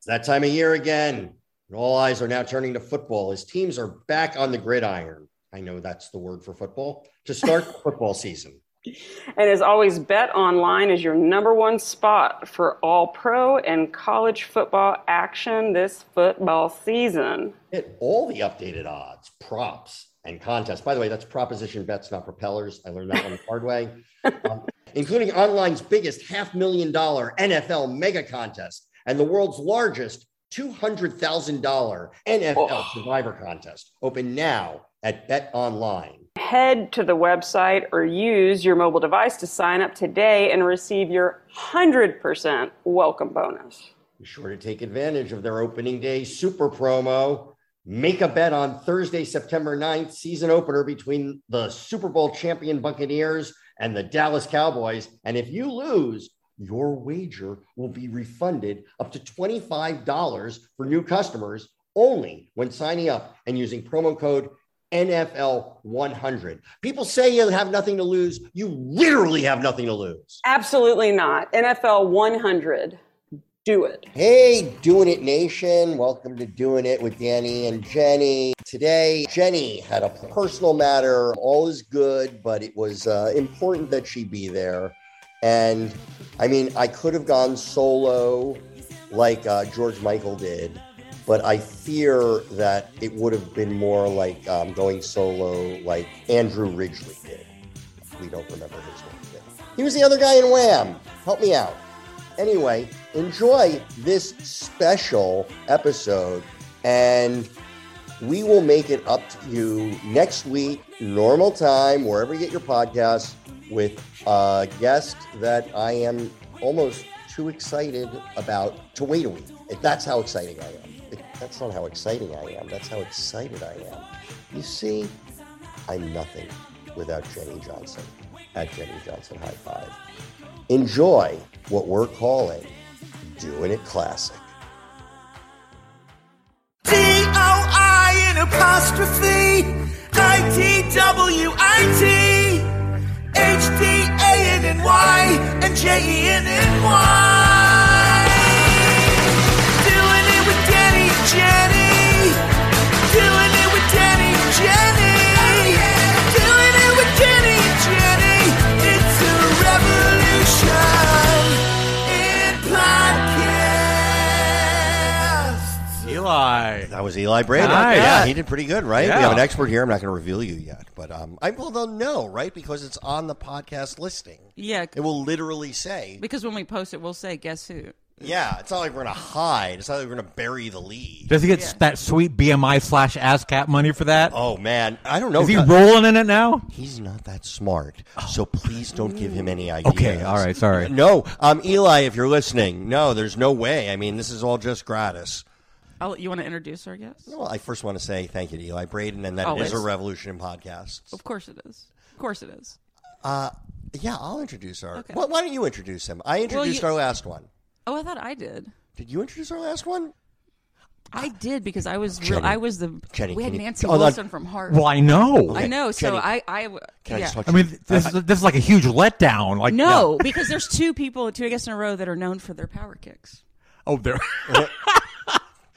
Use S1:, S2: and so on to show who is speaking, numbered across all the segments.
S1: It's that time of year again. And all eyes are now turning to football as teams are back on the gridiron. I know that's the word for football to start the football season.
S2: And as always, Bet Online is your number one spot for all pro and college football action this football season.
S1: Get all the updated odds, props, and contests. By the way, that's proposition bets, not propellers. I learned that one the hard way, um, including online's biggest half million dollar NFL mega contest and the world's largest $200,000 NFL oh. Survivor Contest, open now at Bet Online.
S2: Head to the website or use your mobile device to sign up today and receive your 100% welcome bonus.
S1: Be sure to take advantage of their opening day super promo. Make a bet on Thursday, September 9th, season opener between the Super Bowl champion Buccaneers and the Dallas Cowboys. And if you lose, your wager will be refunded up to $25 for new customers only when signing up and using promo code NFL100. People say you have nothing to lose. You literally have nothing to lose.
S2: Absolutely not. NFL 100. Do it.
S1: Hey, Doing It Nation. Welcome to Doing It with Danny and Jenny. Today, Jenny had a personal matter. All is good, but it was uh, important that she be there. And I mean, I could have gone solo like uh, George Michael did, but I fear that it would have been more like um, going solo like Andrew Ridgely did. We don't remember his name. Yet. He was the other guy in Wham. Help me out. Anyway, enjoy this special episode and we will make it up to you next week, normal time, wherever you get your podcasts with a guest that I am almost too excited about to wait a week. That's how exciting I am. That's not how exciting I am. That's how excited I am. You see, I'm nothing without Jenny Johnson at Jenny Johnson High Five. Enjoy what we're calling Doing It Classic.
S3: D O I N apostrophe I T W I T. H-D-A-N-N-Y and E J-E-N-N-Y. Doing it with Danny and Jenny. Doing it with Danny and Jenny. Doing it with Danny and Jenny. It's a revolution in podcasts.
S4: Eli.
S1: That was Eli Brady.
S4: Hi.
S1: Yeah, he did pretty good, right?
S4: Yeah.
S1: We have an expert here. I'm not going to reveal you yet, but um, I well, they'll know, right? Because it's on the podcast listing.
S5: Yeah,
S1: It will literally say,
S5: because when we post it, we'll say, "Guess who?"
S1: yeah, it's not like we're going to hide. It's not like we're going to bury the lead.
S4: Does he get that sweet BMI slash ASCAP money for that? Is
S1: Oh, man. I don't know.
S4: he
S1: God-
S4: rolling in it now?
S1: He's not that smart, so please don't give him any ideas.
S4: Okay, all right, sorry.
S1: No, um, Eli, if you're listening, no, there's no way. I mean, this is all just gratis.
S5: I'll, you want to introduce our guest?
S1: Well, I first want to say thank you to Eli Braden, and that it is
S5: Always.
S1: a revolution in podcasts.
S5: Of course it is. Of course it is.
S1: Yeah, I'll introduce our.
S5: Okay.
S1: Why, why don't you introduce him? I introduced
S5: you-
S1: our last one.
S5: Oh, I thought I did.
S1: Did you introduce our last one?
S5: I did because I was
S1: Jenny.
S5: real, I was the
S1: Jenny,
S5: we had
S1: can you-
S5: Nancy
S1: hold on.
S5: Wilson from Heart.
S4: Well, I know.
S5: I know. So
S1: Jenny,
S5: I I w-
S1: Can I
S5: yeah.
S1: just talk
S4: I
S1: to you?
S4: mean, this, this is like a huge letdown. Like
S5: no, because there's two people, two guests in a row that are known for their power kicks.
S4: Oh, there.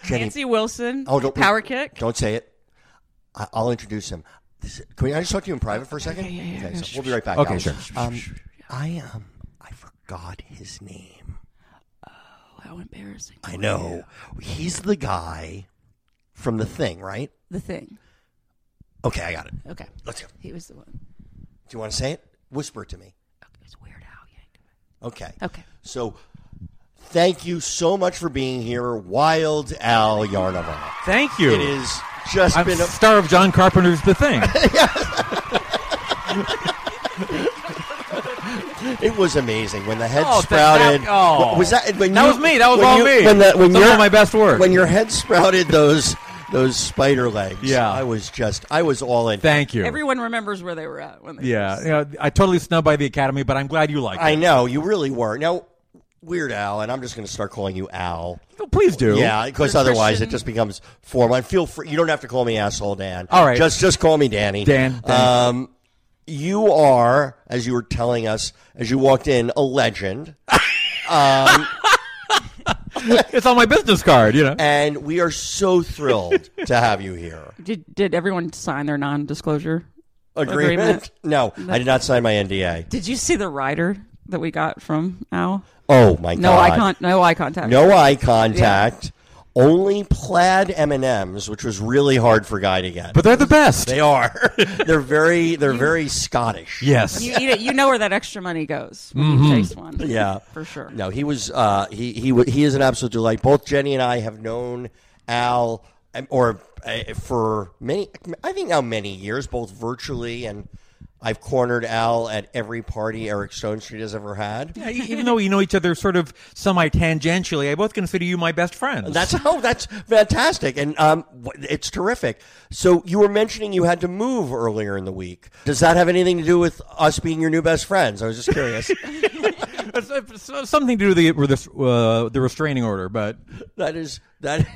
S1: Jenny,
S5: Nancy Wilson,
S1: oh, don't
S5: power kick.
S1: Don't say it. I, I'll introduce him. This is- can we, I just talk to you in private for a second?
S5: yeah, yeah,
S1: okay,
S5: yeah,
S1: so
S5: sure,
S1: we'll be right back.
S4: Okay,
S1: guys.
S4: sure.
S1: Um, I um, I forgot his name.
S5: Oh, how embarrassing!
S1: I know. He's the guy from The Thing, right?
S5: The thing.
S1: Okay, I got it.
S5: Okay,
S1: Let's go.
S5: he was the one.
S1: Do you want to say it? Whisper it to me.
S5: Okay, it's Weird Al Yankovic.
S1: Okay.
S5: Okay.
S1: So, thank you so much for being here, Wild Al Yarnava.
S4: Thank you.
S1: It is just
S4: I'm
S1: been a,
S4: star of John Carpenter's The Thing.
S1: It was amazing when the head
S4: Oh, that- that-
S1: sprouted.
S4: oh.
S1: was that when
S4: That
S1: you-
S4: was me. That was
S1: when
S4: all
S1: you-
S4: me.
S1: When the, when
S4: Some
S1: your-
S4: of my best work.
S1: When your head sprouted those those spider legs.
S4: Yeah.
S1: I was just I was all in.
S4: Thank you.
S5: Everyone remembers where they were at when they
S4: yeah,
S5: first-
S4: you know, I totally snubbed by the Academy, but I'm glad you like
S1: I
S4: it.
S1: know you really were. Now, Weird Al, and I'm just going to start calling you Al.
S4: Oh, Please do.
S1: Yeah, because otherwise it
S5: Christian.
S1: just becomes formal. And feel free, you don't have to call me asshole, Dan.
S4: All right.
S1: just just call me Danny.
S4: Dan, Dan.
S1: Um, you are, as you were telling us as you walked in, a legend,
S4: it's on my business card. You know.
S1: and we are so thrilled to have you here.
S5: Did did everyone sign their non-disclosure
S1: Agreement?
S5: Agreement.
S1: No, I did not sign my NDA.
S5: Did you see the rider that we got from Al?
S1: Oh my
S5: No
S1: god!
S5: eye con- no eye contact.
S1: No eye contact. Only plaid M and M's, which was really hard for Guy to get.
S4: but they're the best.
S1: They are. they're very. They're very Scottish.
S4: yes.
S5: You eat it. You know where that extra money goes when you chase one.
S1: Mm-hmm. Yeah.
S5: for sure.
S1: No, he was. Uh, he he wa- he is an absolute delight. Both Jenny and I have known Al, um, or uh, for many. I think now many years, both virtually and. I've cornered Al at every party Eric Stone Street has ever had.
S4: Yeah, e- Even though we know each other sort of semi tangentially, I both consider you my best friends.
S1: That's oh, that's fantastic, and um, wh- it's terrific. So you were mentioning you had to move earlier in the week. Does that have anything to do with us being your new best friends? I was just curious.
S4: It's- it's something to do with the, with the, uh, the restraining order, but
S1: that is that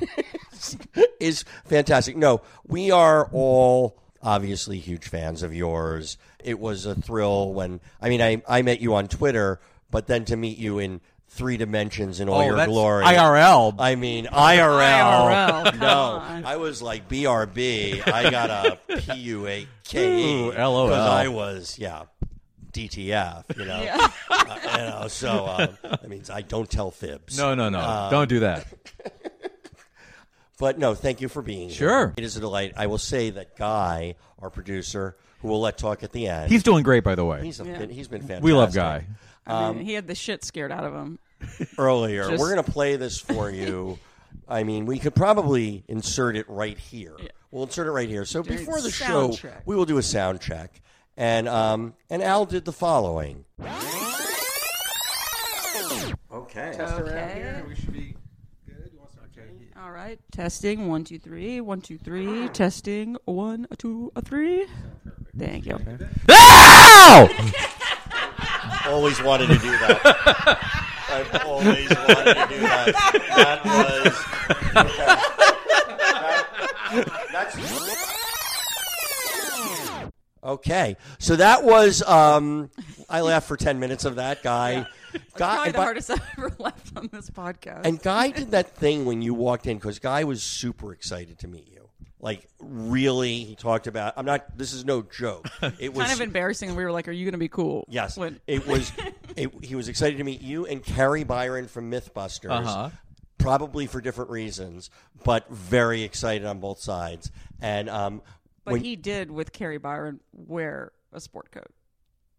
S1: is, is fantastic. No, we are all obviously huge fans of yours. It was a thrill when I mean I I met you on Twitter, but then to meet you in three dimensions in all
S4: Oh,
S1: your
S4: that's
S1: glory
S4: IRL.
S1: I mean IRL.
S5: IRL, come
S1: no,
S5: on.
S1: I was like BRB. I got a P U A K
S4: Ooh,
S1: E.
S4: LOL.
S1: Because I was yeah. DTF, you know, Uh, you know. So um, that means I don't tell fibs.
S4: no, no, no.
S1: Uh,
S4: don't do that.
S1: But no, thank you for being here.
S4: Sure.
S1: It is a delight. I will say that Guy, our producer, who we'll let talk at the end,
S4: He's doing great, by the way.
S1: he's, a, he's been fantastic.
S4: we love Guy.
S5: I
S1: um,
S5: mean, he had the shit scared out of him.
S1: Earlier,
S5: Just-
S1: we're going to play this for you. I mean, we could probably insert it right here. We'll insert it right here. So before the show,
S5: sound check.
S1: we will do a sound check. And, um, and Al did the following.
S5: Okay. All right. Testing one two three one two three. Testing one two a three. Thank you.
S4: Ow!
S1: Always wanted to do that. I've always wanted to do that. That was. That- that's- Okay, so that was. Um, I laughed for ten minutes of that guy. Guy,
S5: Probably
S1: and,
S5: the
S1: by-
S5: hardest I ever left on this podcast.
S1: and guy did that thing when you walked in because guy was super excited to meet you. Like really, he talked about. I'm not. This is no joke. It was
S5: kind of embarrassing. We were like, "Are you going to be cool?"
S1: Yes,
S5: When-
S1: it was. It, he was excited to meet you and Carrie Byron from MythBusters,
S4: Uh-huh.
S1: probably for different reasons, but very excited on both sides. And um,
S5: but
S1: when
S5: he did with Carrie Byron wear a sport coat,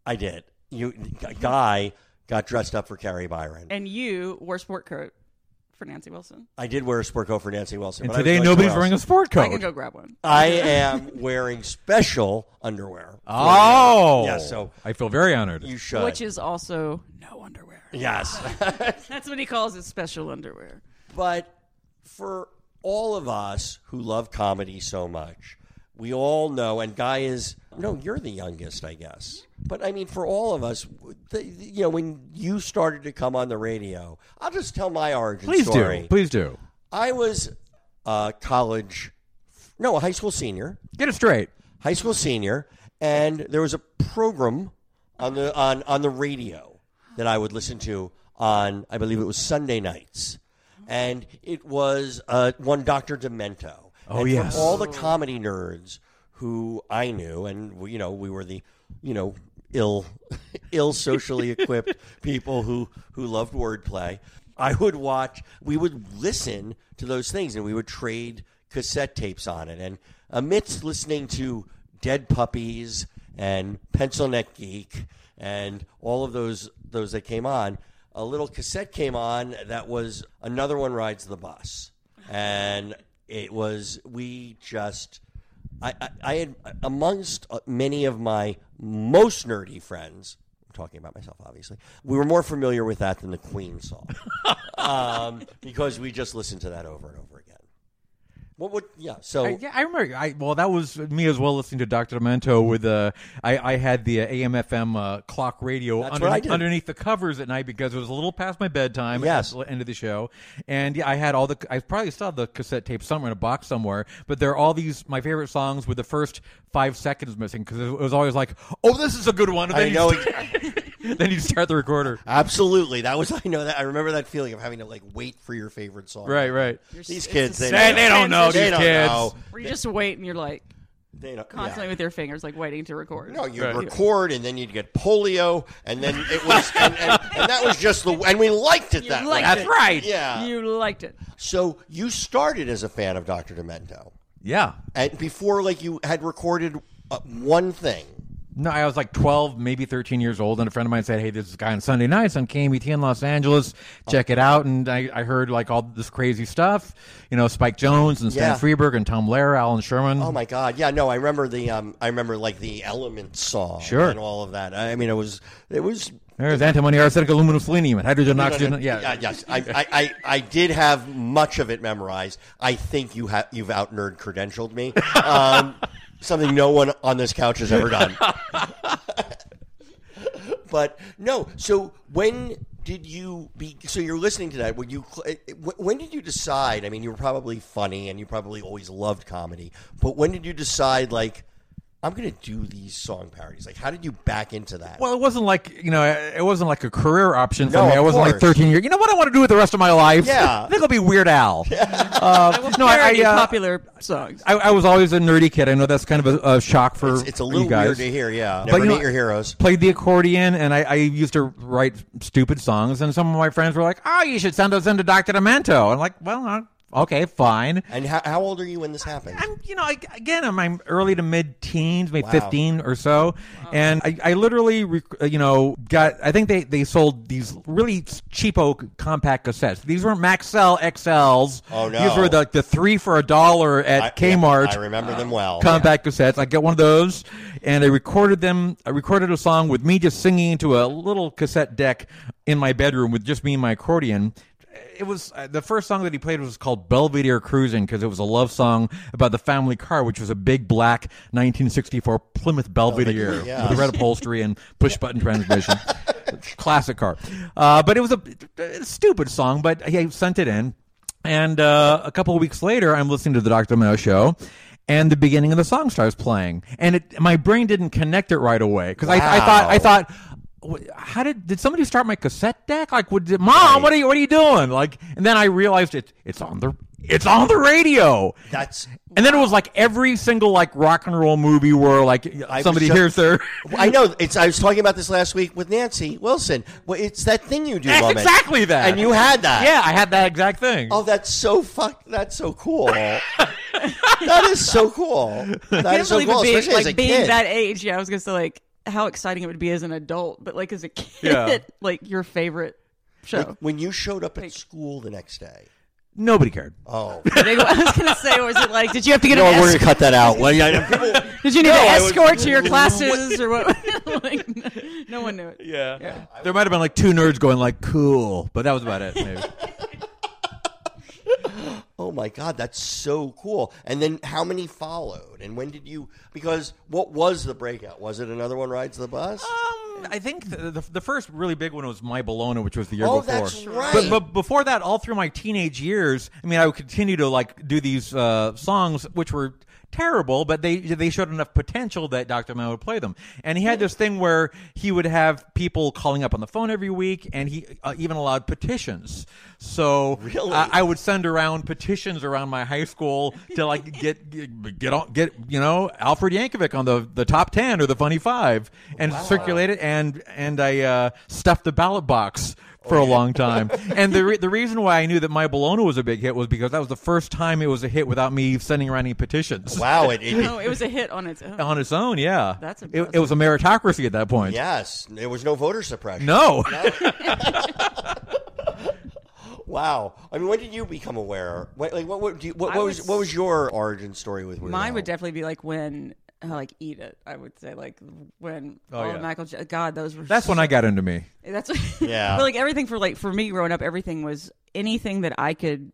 S1: I did, you guy got dressed up for Carrie Byron.
S5: and you wore a sport coat for Nancy Wilson.
S1: I did wear a sport coat for Nancy Wilson.
S4: And
S1: but I was
S4: today
S1: going
S4: nobody's
S1: somewhere
S4: wearing a
S1: else.
S4: sport
S5: I can
S4: coat.
S5: go grab one.
S1: I am wearing special underwear.
S4: oh,
S1: Yeah, so-
S4: I feel very honored.
S1: You should.
S5: Which is also no underwear.
S1: yes.
S5: That's what he calls his special underwear.
S1: But for all of us who love comedy so much, we all know, and Guy is, no, you're the youngest, I guess. But I mean, for all of us, the, you know, when you started to come on the radio, I'll just tell my origin
S4: Please
S1: story.
S4: do. Please do.
S1: I was a college, no, a high school senior,
S4: Get it straight.
S1: high school senior, and there was a program on the on on the radio that I would listen to on I believe it was Sunday nights, and it was uh, one Doctor Demento.
S4: Oh,
S1: and
S4: yes.
S1: for all the comedy nerds who I knew, and we- you know we were the you know ill ill socially equipped people who who loved wordplay. I would watch. We would listen to those things, and we would trade cassette tapes on it. And amidst listening to Dead Puppies and Pencil Neck Geek and all of those those that came on, a little cassette came on that was another one rides the bus, and it was we just. uh, I, I, I had amongst many of my most nerdy friends, I'm talking about myself, obviously. We were more familiar with that than the Queen song um, because we just listened to that over and over again. What would yeah? So
S4: I, Uh, yeah, I remember. I well, that was me as well listening to Doctor Demento with uh, I, I had the uh, AM/FM uh, clock radio
S1: That's
S4: under-
S1: what I did.
S4: underneath the covers at night because it was a little past my bedtime.
S1: Yes.
S4: at the end of the show, and yeah, I had all the. I probably still have the cassette tape somewhere in a box somewhere. But there are all these my favorite songs with the first five seconds missing because it was always like, "Oh, this is a good one." And
S1: I
S4: then you
S1: know
S4: Start, then you start the recorder.
S1: absolutely, that was I know that I remember that feeling of having to like wait for your favorite song.
S4: Right, right.
S1: These
S5: It's
S1: kids,
S5: a
S1: they,
S4: They, they don't know.
S5: They
S4: these
S1: don't
S4: kids.
S1: know.
S5: Where you just wait and you're like
S1: They don't,
S5: constantly
S1: yeah.
S5: with your fingers, like waiting to record.
S1: No, you'd
S4: Right.
S1: record, and then you'd get polio, and then it was, and, and, and that was just the, and we liked it
S5: You
S1: that
S5: liked
S1: way.
S5: it.
S4: That's right.
S1: Yeah.
S5: You liked it.
S1: so you started as a fan of Doctor Demento,
S4: Yeah.
S1: and before like you had recorded uh, one thing.
S4: No, I was like 12, maybe 13 years old, and a friend of mine said, Hey, there's this guy on Sunday nights on KMET in Los Angeles. Check it out. And I, I heard like all this crazy stuff, you know, Spike Jones and Stan
S1: Yeah.
S4: Freberg and Tom Lehrer, Alan Sherman.
S1: Oh my God! Yeah, no, I remember the um, I remember like the Element song,
S4: Sure.
S1: and all of that. I mean, it was it was
S4: There's antimony, arsenic, aluminum, selenium, and hydrogen, oxygen. yeah.
S1: yes. I, I, I, I did have much of it memorized. I think you have you've out nerd credentialed me. Um, something no one on this couch has ever done. but no. So when did you be? So you're listening to that. When you cl- it- it- wh- when did you decide? I mean, you were probably funny and you probably always loved comedy. But when did you decide like? I'm going to do these song parodies. Like, how did you back into that?
S4: Well, it wasn't like, you know, it wasn't like a career option for
S1: No,
S4: me. I
S1: of
S4: wasn't like
S1: course.
S4: 13 years. You know what I want to do with the rest of my life?
S1: Yeah.
S4: I think I'll be Weird Al. Uh, no, I,
S5: Parody
S4: I, uh,
S5: popular songs.
S4: I, I was always a nerdy kid. I know that's kind of a, a shock for
S1: it's, it's a little
S4: you guys.
S1: weird to hear. Yeah,
S4: But
S1: never
S4: you know-
S1: meet your heroes.
S4: played the accordion and I, I used to write stupid songs and some of my friends were like, "Oh, you should send us into Dr. Demento." I'm like, "Well, uh, okay, fine."
S1: And how, how old are you when this happened?
S4: I'm, you know, I, again, I'm, I'm early to mid teens, maybe
S1: Wow.
S4: 15 or so. And I, I literally, rec- uh, you know, got, I think they, they sold these really cheapo compact cassettes. These weren't Maxell XLs.
S1: Oh, no.
S4: These were the, the three for a dollar at
S1: I-
S4: Kmart
S1: I remember them well.
S4: compact cassettes. I got one of those, and I recorded them. I recorded a song with me just singing into a little cassette deck in my bedroom with just me and my accordion. It was uh, the first song that he played was called Belvedere Cruising because it was a love song about the family car, which was a big black 1964 Plymouth Belvedere
S1: Belvedere, yeah.
S4: with red upholstery and push button transmission. Classic car. Uh, but it was a, a stupid song, but I sent it in. And uh, a couple of weeks later, I'm listening to the Dr. Mono show, and the beginning of the song starts playing. And it, my brain didn't connect it right away because I, I thought, I
S1: Wow.
S4: thought, thought, "Wh- how did did somebody start my cassette deck? Like, would, mom, what are you what are you doing? Like, and then I realized it it's on the it's on the radio.
S1: That's.
S4: and then it was like every single like rock and roll movie where like
S1: was
S4: somebody
S1: just-
S4: hears their
S1: I know. It's. I was talking about this last week with Nancy Wilson. Well, it's that thing you do.
S4: That's
S1: moment.
S4: exactly that.
S1: And you had that.
S4: yeah, I had that exact thing.
S1: Oh, that's so fuck. That's so cool. that is so cool. That
S5: I
S1: is
S5: can't
S1: so
S5: believe
S1: cool,
S5: it being,
S1: especially as a
S5: like, being
S1: kid.
S5: that age. Yeah, I was gonna say like how exciting it would be as an adult, but like as a kid,
S4: Yeah.
S5: like your favorite show.
S1: when you showed up at school the next day.
S4: Nobody cared.
S1: Oh.
S5: Big- I was gonna say, was it like? Did you have to get
S1: No,
S5: an
S1: we're gonna
S5: escort?
S1: cut that out. Well, yeah, people-
S5: Did you need
S1: No,
S5: an
S1: I was-
S5: escort to your classes or what? like, no, no one knew it.
S4: Yeah. There might have been like two nerds going like cool, but that was about it. Maybe.
S1: Oh my God, that's so cool. And then how many followed? And when did you? Because what was the breakout? Was it another one rides the bus?
S5: Uh,
S4: Um, I think the, the, the first really big one was My Bologna, which was the year
S1: Oh,
S4: before.
S1: that's right.
S4: But, but before that, all through my teenage years, I mean, I would continue to like do these uh, songs, which were terrible, but they they showed enough potential that Dr. Mao would play them. And he had this thing where he would have people calling up on the phone every week, and he uh, even allowed petitions. So
S1: Really?
S4: I- I would send around petitions around my high school to like get get get, on, get you know Alfred Yankovic on the, the top ten or the funny five and circulate it and and I uh, stuffed the ballot box
S1: Oh,
S4: for a long time. and the re- the reason why I knew that my Bologna was a big hit was because that was the first time it was a hit without me sending around any petitions
S1: wow! It, it,
S5: No, it was a hit on its own.
S4: on its own. Yeah,
S5: That's
S4: it, it
S5: impressive.
S4: was a meritocracy at that point.
S1: Yes, there was no voter suppression.
S4: No,
S1: Wow. I mean, when did you become aware? What, like, what, what, do you, what,
S5: I
S1: what was,
S5: was-
S1: what was your origin story with Weird
S5: Mine
S1: Al?
S5: would definitely be like when uh, like eat it. I would say like when
S4: Oh,
S5: all the
S4: yeah.
S5: Michael. J- God, those were
S4: That's
S5: so-
S4: when I got into me.
S5: That's
S1: Yeah.
S5: but like everything for like for me growing up, everything was anything that I could,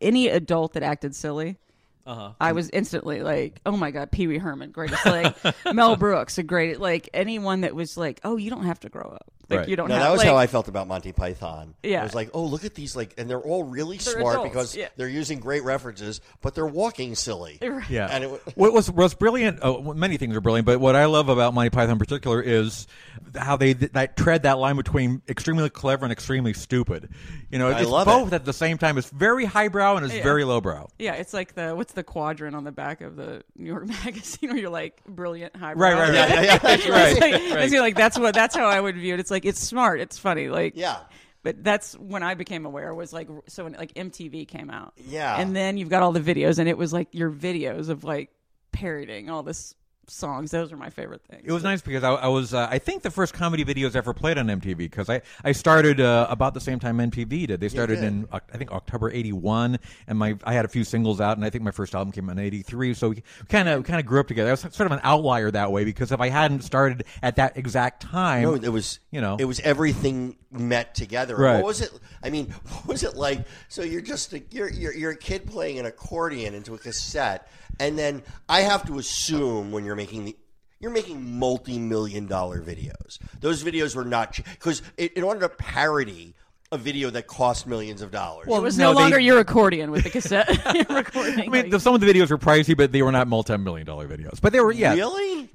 S5: any adult that acted silly. Uh-huh. I was instantly like, oh my god, Pee Wee Herman, greatest like Mel Brooks, a great like anyone that was like, oh, you don't have to grow up, like
S4: Right.
S5: you don't
S1: No,
S5: have.
S1: that was
S5: like,
S1: how I felt about Monty Python.
S5: Yeah.
S1: I was like, oh, look at these, like, and they're all really
S5: They're
S1: smart
S5: adults,
S1: because
S5: yeah.
S1: they're using great references, but they're walking silly.
S4: Yeah.
S1: And it wa-
S4: what was was brilliant. Uh, well, many things are brilliant, but what I love about Monty Python in particular is how they th- that tread that line between extremely clever and extremely stupid. You know,
S1: I
S4: it's
S1: love
S4: both
S1: it.
S4: at the same time. It's very highbrow and it's very lowbrow.
S5: Yeah, it's like the what's the quadrant on the back of the New York magazine where you're like brilliant high.
S4: Right, right, right.
S1: yeah, yeah, that's right.
S5: it's like, it's like that's what that's how I would view it. It's like it's smart, it's funny, like
S1: Yeah.
S5: But that's when I became aware was like so when like MTV came out,
S1: Yeah.
S5: and then you've got all the videos, and it was like your videos of like parodying all this songs. Those are my favorite things.
S4: It was nice because I, I was, uh, I think, the first comedy videos ever played on MTV because I, I started uh, about the same time MTV did. They started in, Oc- I think, October '81, and my I had a few singles out, and I think my first album came out in '83. So we kind of kind of grew up together. I was sort of an outlier that way because if I hadn't started at that exact time,
S1: No, it was
S4: you know.
S1: it was everything met together.
S4: Right.
S1: What was it? I mean, what was it like? So you're just a, you're, you're you're a kid playing an accordion into a cassette, and then I have to assume when you're making the you're making multi-million dollar videos. Those videos were not because in order to parody a video that cost millions of dollars.
S5: It was
S4: No,
S5: no,
S4: they-
S5: longer your accordion with the cassette recording.
S4: I mean,
S5: like-
S4: the, some of the videos were pricey, but they were not multi-million dollar videos. But they were, yeah,
S1: really?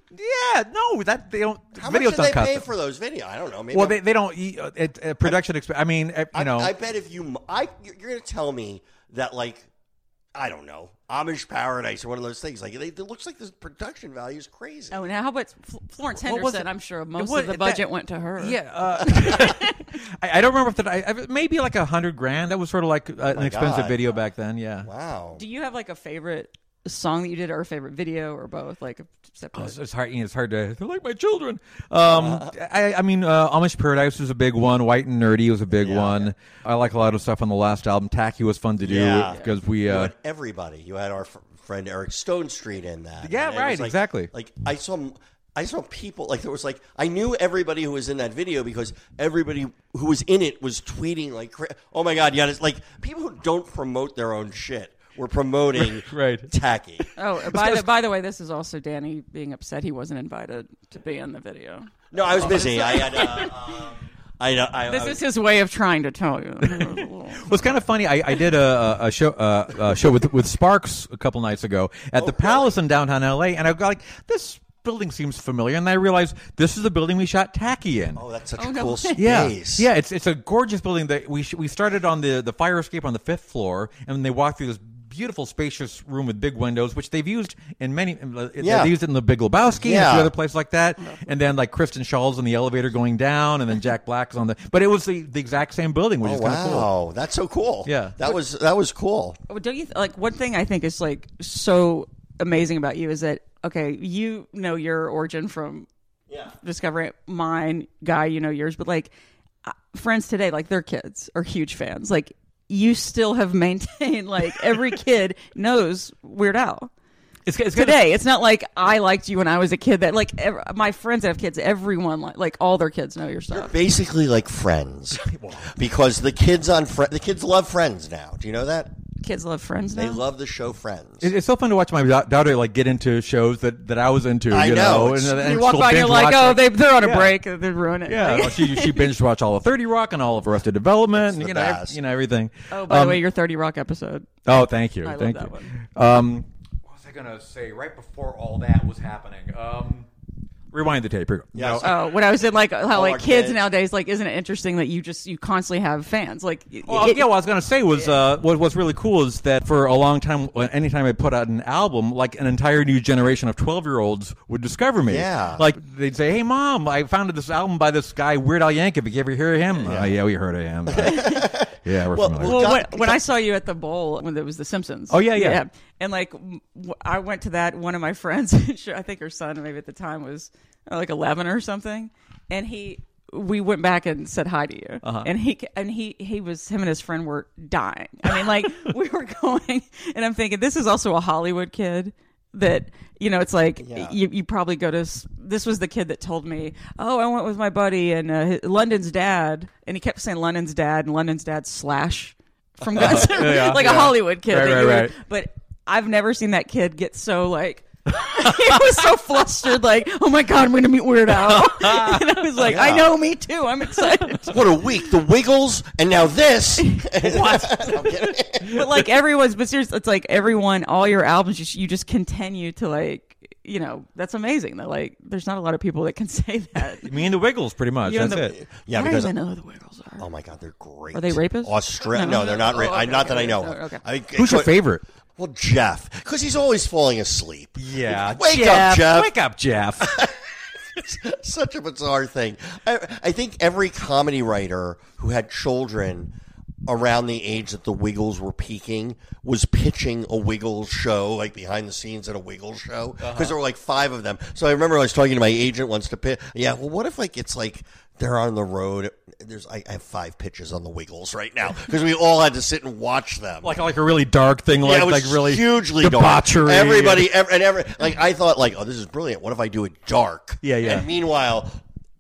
S4: yeah, no, that they don't.
S1: How much
S4: videos don't
S1: did they
S4: cost
S1: pay
S4: that.
S1: for those videos? I don't know. Maybe
S4: Well,
S1: I'm-
S4: they, they don't. e- uh, It, uh, production expense. I mean, uh, you
S1: I,
S4: know,
S1: I bet if you, I, you're going to tell me that like, I don't know, Amish Paradise or one of those things. Like, they, it looks like the production value is crazy.
S5: oh, now how about Fl- Florence
S4: was
S5: Henderson?
S4: it?
S5: I'm sure
S4: It
S5: most
S4: was-
S5: of the
S4: that-
S5: budget went to her.
S4: Yeah, uh, I, I don't remember if that. I, I maybe like a hundred grand. That was sort of like uh, an expensive
S1: God.
S4: video back then. Yeah.
S1: Wow.
S5: Do you have like a favorite song that you did, or a favorite video, or both? Like a separate.
S4: Oh, It's, it's hard. you know, It's hard to. They're like my children. Um, I, I mean, uh, Amish Paradise was a big one. White and Nerdy was a big one. I like a lot of stuff on the last album. Tacky was fun to do
S1: Yeah.
S4: because we.
S1: You
S4: Uh,
S1: had everybody. You had our fr- friend Eric Stone Street in that.
S4: Yeah,
S1: And it
S4: right,
S1: was like-
S4: exactly.
S1: Like I saw, m- I saw people. Like there was like I knew everybody who was in that video because everybody who was in it was tweeting like, cra- "Oh my god, yeah!" It's like people who don't promote their own shit were promoting
S4: Right.
S1: tacky.
S5: Oh, by the, by the way, this is also Danny being upset he wasn't invited to be in the video.
S1: No, I was busy. I had. Uh, um, I, I,
S5: This
S1: I,
S5: is his way of trying to tell you. That's
S4: was kind of funny. I, I did a, a show uh, a show with with Sparks a couple nights ago
S1: Oh,
S4: at the Palace in downtown L.A. and I got like this building seems familiar, and I realized this is the building we shot Tacky in.
S1: Oh, that's such
S5: Oh,
S1: a
S5: no
S1: cool
S5: way.
S1: space.
S4: Yeah, yeah. It's it's a gorgeous building that we sh- we started on the the fire escape on the fifth floor, and they walked through this beautiful spacious room with big windows, which they've used in many.
S1: Yeah.
S4: they've used it in the Big Lebowski and a
S1: Yeah. Mm-hmm.
S4: few other places like that. And then like Kristen Shaw's in the elevator going down, and then Jack Black's on the. But it was the, the exact same building, which
S1: Oh,
S4: is kind of cool.
S1: wow, that's so cool.
S4: Yeah.
S1: that was that was cool.
S5: Well, Oh, don't you th- like one thing I think is like so amazing about you is that okay, you know your origin from yeah. discovering mine, guy, you know yours, but like uh, friends today, like their kids are huge fans. Like you still have maintained like every kid knows Weird Al.
S4: It's, it's kind of-
S5: Today, it's not like I liked you when I was a kid. That like ev- my friends that have kids, everyone like, like all their kids know your stuff.
S1: Basically, like friends, because the kids on Fri the kids love Friends now. Do you know that
S5: Kids love Friends now.
S1: they love the show Friends?
S4: It- It's so fun to watch my da- daughter like get into shows that, that I was into.
S1: I
S4: you
S1: know.
S4: know,
S1: It's-
S5: you walk
S4: she'll
S5: by and you're
S4: binge
S5: like,
S4: watch
S5: oh,
S4: it.
S5: they, they're on a
S4: Yeah.
S5: break. They ruin it.
S4: Yeah,
S5: Like-
S4: well, she she binge watched all of Thirty Rock and all of Arrested Development, and,
S1: the
S4: you know, ev-
S1: best.
S4: you know everything.
S5: oh, by the way, your 30 Rock episode.
S4: Oh, thank you.
S5: I love
S4: thank
S5: that
S4: you.
S5: one.
S4: Um, what was I gonna say right before all that was happening? Um, rewind the tape. Here we go.
S1: Yes.
S4: No, uh,
S5: Oh, when I was in like how like
S1: our
S5: kids,
S1: kids.
S5: nowadays, like isn't it interesting that you just you constantly have fans? Like y-
S4: Well,
S5: it-
S4: yeah, what I was gonna say was uh, what what's really cool is that for a long time, when- anytime I put out an album, like an entire new generation of twelve year olds would discover me.
S1: Yeah.
S4: like they'd say, "Hey, mom, I found this album by this guy Weird Al Yankovic. You ever hear of him? Uh, Yeah, yeah we heard of him. yeah, we're familiar.
S1: well,
S5: well, when,
S1: God-
S5: when I saw you at the bowl when it was The Simpsons.
S4: Oh, yeah, yeah.
S5: And like w- I went to that. One of my friends, sure, I think her son, maybe at the time was uh, like 11 or something, and he. We went back and said hi to you,
S4: Uh-huh.
S5: and he and he he was him and his friend were dying. I mean, like we were going, and I'm thinking this is also a Hollywood kid that You know, it's like
S1: Yeah.
S5: you, you probably go to. s- This was the kid that told me, "Oh, I went with my buddy and uh, hi- London's dad," and he kept saying London's dad and London's dad slash from Guns, N' Roses,
S4: Uh-huh. yeah,
S5: like a
S4: yeah.
S5: Hollywood kid.
S4: Right,
S5: that
S4: right,
S5: you would-
S4: right.
S5: But I've never seen that kid get so like. he was so flustered, like, "Oh my god, I'm going to meet Weird Al," and I was like, "I know, me too. I'm excited."
S1: What a week. The Wiggles, and now this.
S5: but like everyone's but seriously it's like everyone all your albums you, sh- you just continue to like you know that's amazing that like there's not a lot of people that can say that
S4: Me and the Wiggles, pretty much.
S5: You and
S4: That's
S5: the-
S4: it.
S1: yeah,
S5: i don't
S1: because
S5: even know who the wiggles are
S1: oh my god, they're great.
S5: Are they rapists?
S1: Australia?
S5: No.
S1: No, they're not. Ra-
S5: Oh,
S1: I-
S5: okay,
S1: not that
S5: okay,
S1: I know.
S5: okay,
S1: of.
S5: okay.
S1: I,
S4: Who's your
S1: could-
S4: favorite?
S1: Well, Jeff, because he's always falling asleep.
S4: Yeah,
S1: wake up, Jeff.
S4: Wake up, Jeff.
S1: Such a bizarre thing. I, I think every comedy writer who had children around the age that the Wiggles were peaking was pitching a Wiggles show, like behind the scenes at a Wiggles show, because there were like five of them. So I remember I was talking to my agent once to pitch. Yeah, well, what if like it's like they're on the road? There's I, I have five pitches on the Wiggles right now because we all had to sit and watch them.
S4: like like a really dark thing, like
S1: yeah, it was
S4: like really
S1: hugely
S4: debauchery.
S1: Dark. Everybody, ev- and every like I thought like, oh, this is brilliant. What if I do it dark?
S4: Yeah, yeah.
S1: And meanwhile,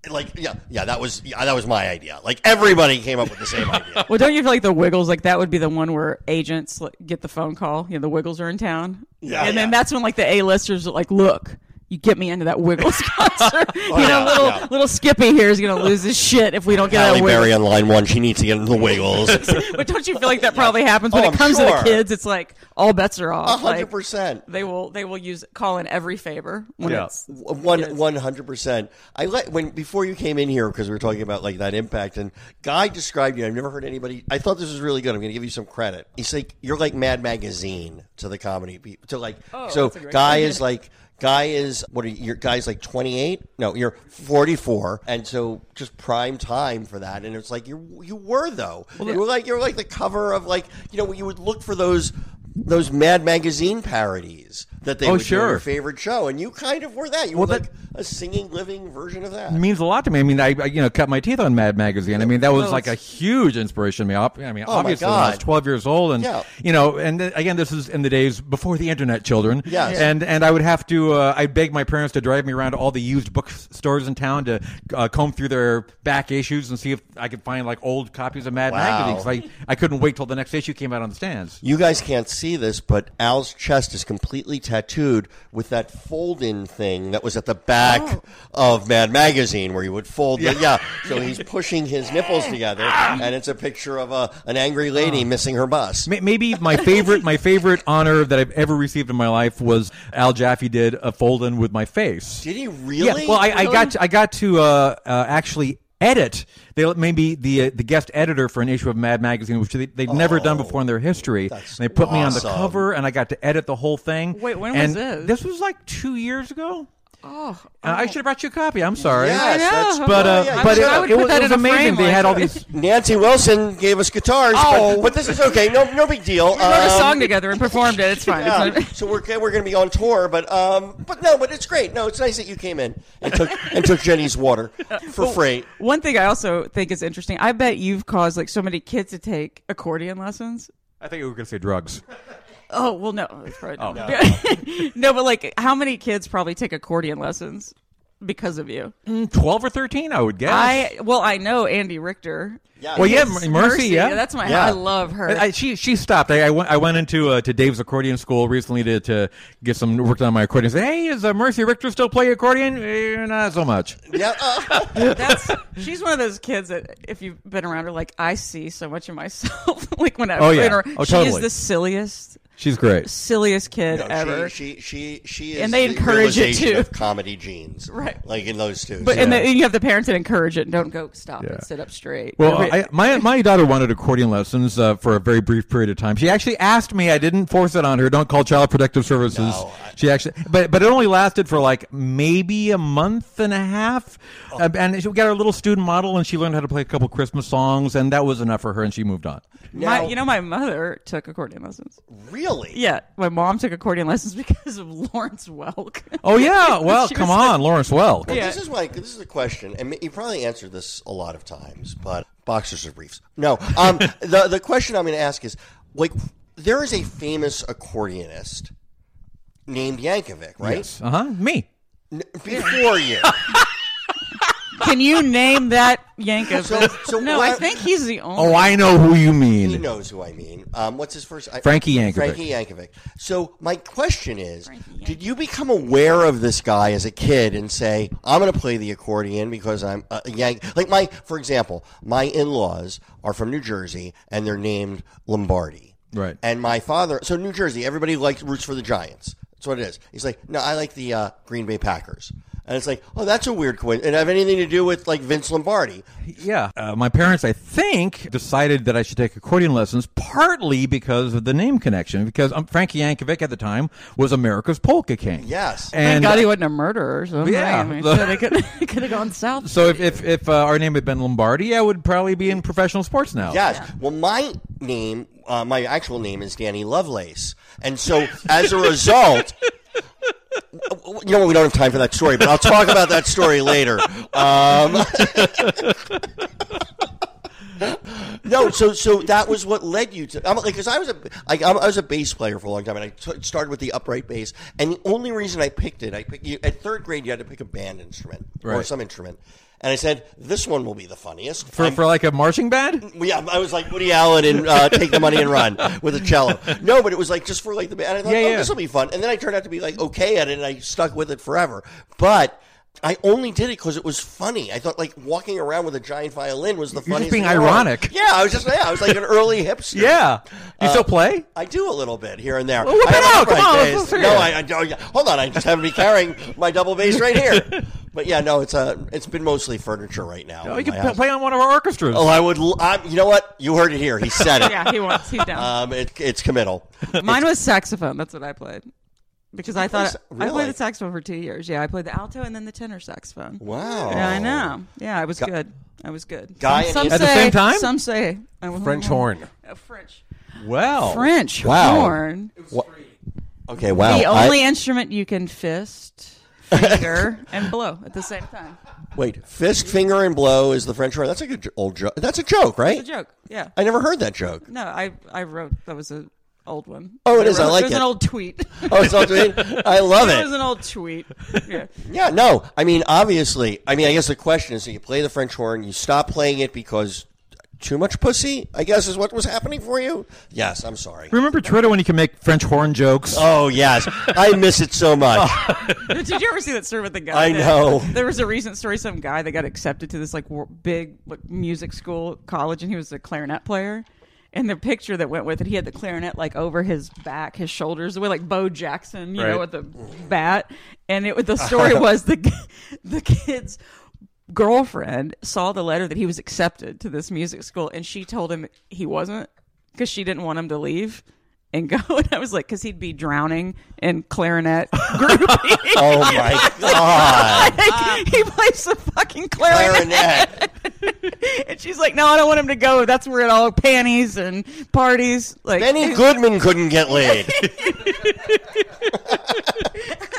S1: like yeah, yeah, that was yeah, that was my idea. Like everybody came up with the same idea.
S5: well don't you feel like the wiggles like that would be the one where agents like, get the phone call you know the wiggles are in town
S1: Yeah,
S5: and then
S1: yeah.
S5: that's when like the a-listers are like look you get me into that Wiggles concert. you know,
S1: Oh, yeah,
S5: little
S1: yeah.
S5: little Skippy here is gonna lose his shit if we don't get
S1: Halle
S5: that Wiggles.
S1: Berry on line one. She needs to get into the Wiggles.
S5: But don't you feel like that probably happens when
S1: Oh,
S5: it
S1: I'm
S5: comes to the
S1: sure.
S5: kids? It's like all bets are off.
S1: hundred
S5: Like,
S1: percent.
S5: they will they will use call in every favor when
S4: Yeah.
S5: it's
S1: One one hundred percent. I let when before you came in here because we were talking about like that impact and Guy described you. I've never heard anybody. I thought this was really good. I'm going to give you some credit. He's like you're like Mad Magazine to the comedy people. To like so
S5: that's a great
S1: Guy is like Guy is what are you, your guy's like 28? No, you're 44, and so just prime time for that. And it's like you you were though. you were like you were like the cover of like you know you would look for those. Those Mad Magazine parodies that they
S4: Oh,
S1: would do on your
S4: sure.
S1: fa- favorite show, and you kind of were that. You were like a singing, living version of that.
S4: means a lot to me. I mean, I, I you know cut my teeth on Mad Magazine. I mean, that was like a huge inspiration to me. Ob- I mean,
S1: Oh, my
S4: obviously, when I was
S1: God.
S4: twelve years old, and
S1: Yeah.
S4: you know, and th- again, this is in the days before the internet, children.
S1: Yes.
S4: and and I would have to, uh, I'd beg my parents to drive me around to all the used bookstores in town to uh, comb through their back issues and see if I could find like old copies of Mad
S1: Wow.
S4: Magazine. 'cause I I couldn't wait till the next issue came out on the stands.
S1: You guys can't see this, but Al's chest is completely tattooed with that fold-in thing that was at the back
S4: Oh.
S1: of Mad Magazine, where you would fold. Yeah, the, yeah. so he's pushing his nipples together,
S4: Ah.
S1: and it's a picture of a, an angry lady missing her bus.
S4: May- Maybe my favorite, my favorite honor that I've ever received in my life was Al Jaffe did a fold-in with my face.
S1: Did he really?
S4: Yeah. Well, I, I got to, I got to uh, uh, actually edit. They let- maybe the uh, the guest editor for an issue of Mad Magazine, which they, they'd never done before in their history. And
S1: Oh, that's
S4: they put me on the
S1: awesome.
S4: cover, and I got to edit the whole thing.
S5: Wait, when was
S4: and
S5: this?
S4: This was like two years ago. Oh, I should have brought you a copy. I'm sorry.
S1: Yes, that's-
S4: But uh,
S1: yeah,
S4: but
S1: you should.
S4: it,
S1: I
S5: would
S4: it
S5: put
S4: was,
S5: that
S4: it was
S5: in a frame
S4: amazing. They
S5: like
S4: had all
S5: that.
S4: these.
S1: Nancy Wilson gave us guitars,
S4: Oh.
S1: but, but this is okay. No, no big deal.
S5: we wrote a
S1: Um,
S5: song together and performed it. It's fine. It's
S1: Yeah.
S5: not-
S1: so we're we're going to be on tour, but um, but no, but it's great. No, it's nice that you came in and took and took Jenny's water for free.
S5: One thing I also think is interesting. I bet you've caused like so many kids to take accordion lessons.
S4: I think you were going to say drugs.
S5: Oh well, no, it's probably not. no, but like, how many kids probably take accordion lessons because of you?
S4: Twelve or thirteen, I would guess.
S5: I well, I know Andy Richter.
S1: Yeah.
S4: well, yeah,
S5: Yes,
S4: Mercy, yeah.
S5: that's my.
S1: Yeah.
S5: I love her.
S4: I, I- she she stopped. I, I went I went into uh, to Dave's accordion school recently to, to get some work done on my accordion. Said, hey, is uh, Mercy Richter still play accordion? Eh, not so much.
S1: Yeah, uh,
S5: That's she's one of those kids that if you've been around her, like I see so much of myself. like when I'm
S4: Oh, yeah.
S5: her,
S4: Oh,
S5: she is
S4: totally.
S5: the silliest,
S4: She's great.
S5: silliest kid
S1: no,
S5: ever.
S1: She, she she she is
S5: And they
S1: the
S5: encourage it,
S1: realization
S5: too.
S1: of comedy genes,
S5: Right.
S1: Like in those two.
S5: but
S1: So-
S5: and, the, and you have the parents that encourage it and don't go stop
S4: Yeah.
S5: and sit up straight.
S4: Well,
S5: Every-
S4: I, my my daughter wanted accordion lessons uh, for a very brief period of time. She actually asked me. I didn't force it on her. Don't call Child Protective Services.
S1: No, I-
S4: she actually, but but it only lasted for like maybe a month and a half. Uh, and she we got her little student model, and she learned how to play a couple Christmas songs, and that was enough for her, and she moved on.
S5: my,
S1: now-
S5: you know, my mother took accordion lessons.
S1: really,
S5: Yeah, my mom took accordion lessons because of Lawrence Welk.
S4: Oh yeah, well
S5: She
S4: come
S5: was
S4: on, Lawrence Welk.
S1: Well, This is like this is a question, and you probably answered this a lot of times, but boxers or briefs? No. Um, the the question I'm going to ask is like there is a famous accordionist named Yankovic, right?
S4: Uh huh. Me.
S1: N- before you.
S5: Can you name that Yankovic?
S1: So- so
S5: no, I
S1: what-
S5: think he's the only.
S4: Oh, I know who you
S1: He
S4: mean.
S1: knows who I mean. Um, what's his first? I,
S4: Frankie Yankovic.
S1: Frankie Yankovic. So my question is, did you become aware of this guy as a kid and say, "I'm going to play the accordion because I'm a Yank"? Like my, for example, my in-laws are from New Jersey and they're named Lombardi.
S4: Right.
S1: And my father, so New Jersey, everybody likes roots for the Giants. That's what it is. He's like, no, I like the uh, Green Bay Packers. And it's like, oh, that's a weird coincidence. And have anything to do with like Vince Lombardi?
S4: Yeah. Uh, my parents, I think, decided that I should take accordion lessons partly because of the name connection, because um, Frankie Yankovic at the time was America's polka king.
S1: Yes.
S5: Thank
S4: And
S5: God he wasn't a murderer. So
S4: Yeah.
S5: I mean, so they could could have gone south.
S4: so if, if, if uh, our name had been Lombardi, I would probably be in professional sports now.
S1: Yes. Well, my name, uh, my actual name is Danny Lovelace, and so as a result, you know, what, we don't have time for that story, but I'll talk about that story later. Um, no, so so that was what led you to. I'm like, because I was a I, I'm- I was a bass player for a long time, and I t- started with the upright bass. And the only reason I picked it, I picked you, at third grade, you had to pick a band instrument or
S4: Right.
S1: some instrument. And I said, this one will be the funniest.
S4: For,
S1: I'm-
S4: for like a marching band?
S1: well, Yeah, I was like Woody Allen and uh, take the money and run with a cello. No, but it was like just for like the and I thought,
S4: Yeah,
S1: oh,
S4: yeah.
S1: this will be fun. And then I turned out to be like okay at it, and I stuck with it forever. But I only did it because it was funny. I thought like walking around with a giant violin was the
S4: You're
S1: funniest.
S4: just being
S1: thing in the world.
S4: ironic.
S1: Yeah, I was just yeah, I was like an early hipster.
S4: Yeah. You still play?
S1: I do a little bit here and there.
S4: Well, whip
S1: I have
S4: it out. Come
S1: upright
S4: on,
S1: bass.
S4: let's- let's
S1: no,
S4: hear it.
S1: I, I don't- yeah. hold on. I just happen to be carrying my double bass right here. But yeah, no, it's uh, it's been mostly furniture right now.
S4: Oh,
S1: in
S4: you
S1: my
S4: can
S1: house.
S4: p- play on one of our orchestras.
S1: Oh, I would. l- I, you know what? You heard it here. He said it.
S5: Yeah, he was. He's down.
S1: Um, it, it's committal.
S5: Mine was saxophone. That's what I played. Because I
S1: play
S5: thought
S1: sa-
S5: I played
S1: really?
S5: the saxophone for two years. Yeah, I played the alto and then the tenor saxophone.
S1: Wow.
S5: Yeah, I know. Yeah, I was good. I was good.
S1: Guy
S5: some
S1: and-
S4: At the
S5: say-
S4: same time?
S5: Some say I was-
S6: French horn.
S5: Uh, French.
S4: well.
S5: French
S1: Wow.
S5: horn.
S1: Okay. Wow.
S5: the
S1: Oh, I-
S5: only instrument you can fist, finger, and blow at the same time.
S1: wait. Fist, finger, and blow is the French word. That's like a j- old joke. That's a joke, right?
S5: It's a joke. Yeah.
S1: I never heard that joke.
S5: No, I I wrote that was an old one.
S1: Oh, it is. I
S5: wrote-
S1: like
S5: it. was
S1: it.
S5: an old tweet.
S1: Oh, it's all doing. I love
S5: it was
S1: it.
S5: an old tweet. Yeah.
S1: Yeah. No. I mean, obviously. I mean, I guess the question is: so you play the French horn, you stop playing it because too much pussy. I guess is what was happening for you. Yes. I'm sorry.
S4: Remember Twitter when you can make French horn jokes?
S1: Oh yes, I miss it so much.
S5: Did you ever see that story with the guy?
S1: I
S5: that-
S1: know.
S5: There was a recent story. Some guy that got accepted to this like wor- big like, music school college, and he was a clarinet player. And the picture that went with it, he had the clarinet like over his back, his shoulders, the way like Bo Jackson, you know,
S4: Right.
S5: with the bat. And it the story was the the kids girlfriend saw the letter that he was accepted to this music school and she told him he wasn't because she didn't want him to leave and go and i was like because he'd be drowning in clarinet groupie
S1: Oh my god.
S5: Like, he plays the fucking clarinet.
S1: Clarinet.
S5: and she's like no i don't want him to go that's where it all panties and parties like
S1: Benny Goodman couldn't get laid.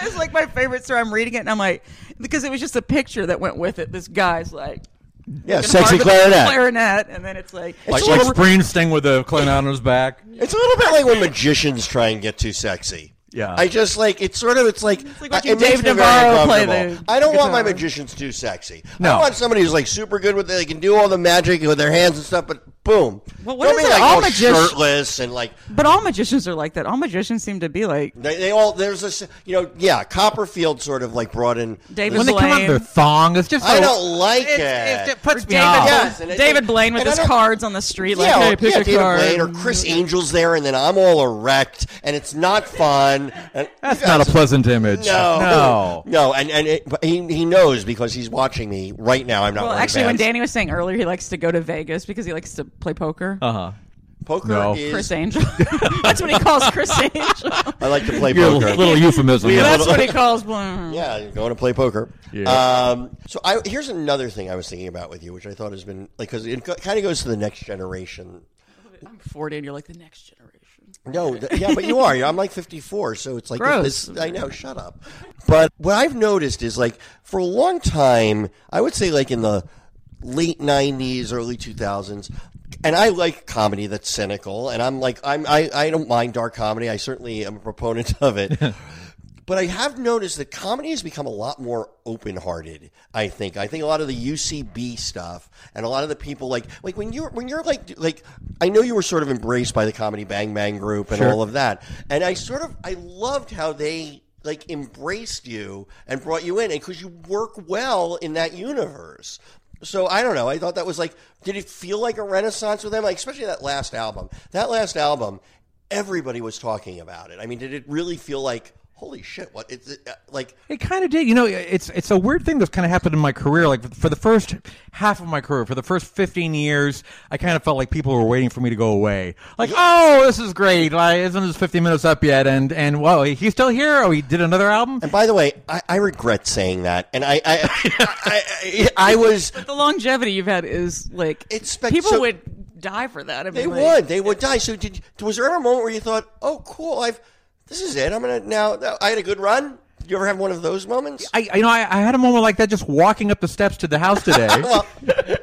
S5: it's like my favorite story i'm reading it and i'm like because it was just a picture that went with it this guy's like
S1: Yeah,
S5: gonna
S1: sexy
S5: bark at the
S1: clarinet.
S5: clarinet and then it's like
S4: like
S1: It's a
S4: like
S1: little-
S4: Springsteen with a clarinet on his back.
S1: It's a little bit like when magicians try and get too sexy.
S4: Yeah.
S1: I just like it's sort of it's like,
S5: like watching
S1: it makes
S5: Dave
S1: me very
S5: Navarro play the
S1: uncomfortable. I don't want my
S5: guitar.
S1: magicians too sexy. I
S4: No.
S1: want somebody who's like super good with it. They can do all the magic with their hands and stuff, but boom.
S5: Well, what
S1: don't
S5: is
S1: be
S5: it?
S1: like
S5: All
S1: all
S5: magi-
S1: shirtless and like
S5: But all magicians are like that. All magicians seem to be like
S1: they, they all there's this you know yeah Copperfield sort of like brought in.
S5: David
S4: When they come out
S5: Blaine.
S4: their thong, it's just
S1: I
S4: so-
S1: don't like
S4: It's-
S1: it.
S4: it puts me
S5: David,
S4: off.
S1: Yes, and it-
S5: David Blaine with
S1: and I
S5: his
S1: don't-
S5: cards on the street, like,
S1: yeah,
S5: hey,
S1: or-
S5: pick
S1: yeah,
S5: a
S1: David
S5: card.
S1: Blaine or Chris Angel's there, and then I'm all erect, and it's not fun. And,
S4: That's not a pleasant image.
S1: No,
S4: No.
S1: no, and and it, but he he knows because he's watching me right now. I'm not.
S5: well,
S1: wearing
S5: actually, when
S1: pants.
S5: Danny was saying earlier, he likes to go to Vegas because he likes to play poker.
S4: Uh-huh.
S1: poker
S4: No.
S1: is,
S5: Chris Angel. That's what he calls Chris Angel.
S1: I like to play
S4: Your
S1: poker.
S4: little, little euphemism.
S1: have
S5: That's what he calls Blaine.
S1: yeah, you're going to play poker.
S4: Yeah.
S1: Um, so I, here's another thing I was thinking about with you, which I thought has been like because it kind of goes to the next generation.
S5: I'm 40, and you're like the next generation.
S1: No, th- yeah, but you are. I'm like 54, so it's like
S5: Gross.
S1: This, I know. Shut up. But what I've noticed is like for a long time, I would say like in the late 90s, early 2000s, and I like comedy that's cynical, and I'm like I'm I, I don't mind dark comedy. I certainly am a proponent of it. But I have noticed that comedy has become a lot more open hearted, I think. I think a lot of the UCB stuff and a lot of the people like like when you're when you're like like I know you were sort of embraced by the comedy bang bang group and all of that. And I sort of I loved how they like embraced you and brought you in and because you work well in that universe. So I don't know. I thought that was like, did it feel like a renaissance with them? Like especially that last album. That last album, everybody was talking about it. I mean, did it really feel like, holy shit, what? It's uh, like,
S4: It kind of did. You know, it's it's a weird thing that's kind of happened in my career. Like for the first half of my career, for the first 15 years, I kind of felt like people were waiting for me to go away. Like, oh, this is great. Like, isn't his 15 minutes up yet? And and whoa, he's still here. Oh, he did another album.
S1: and by the way, I, I regret saying that. And I, I, I, I, I was.
S5: The longevity you've had is like
S1: It's spec-
S5: people
S1: so-
S5: would die for that. I mean,
S1: They
S5: like,
S1: would. They would die. So did was there ever a moment where you thought, oh, cool, I've this is it. I'm gonna now. I had a good run. You ever have one of those moments?
S4: I you know I, I had a moment like that just walking up the steps to the house today.
S1: well,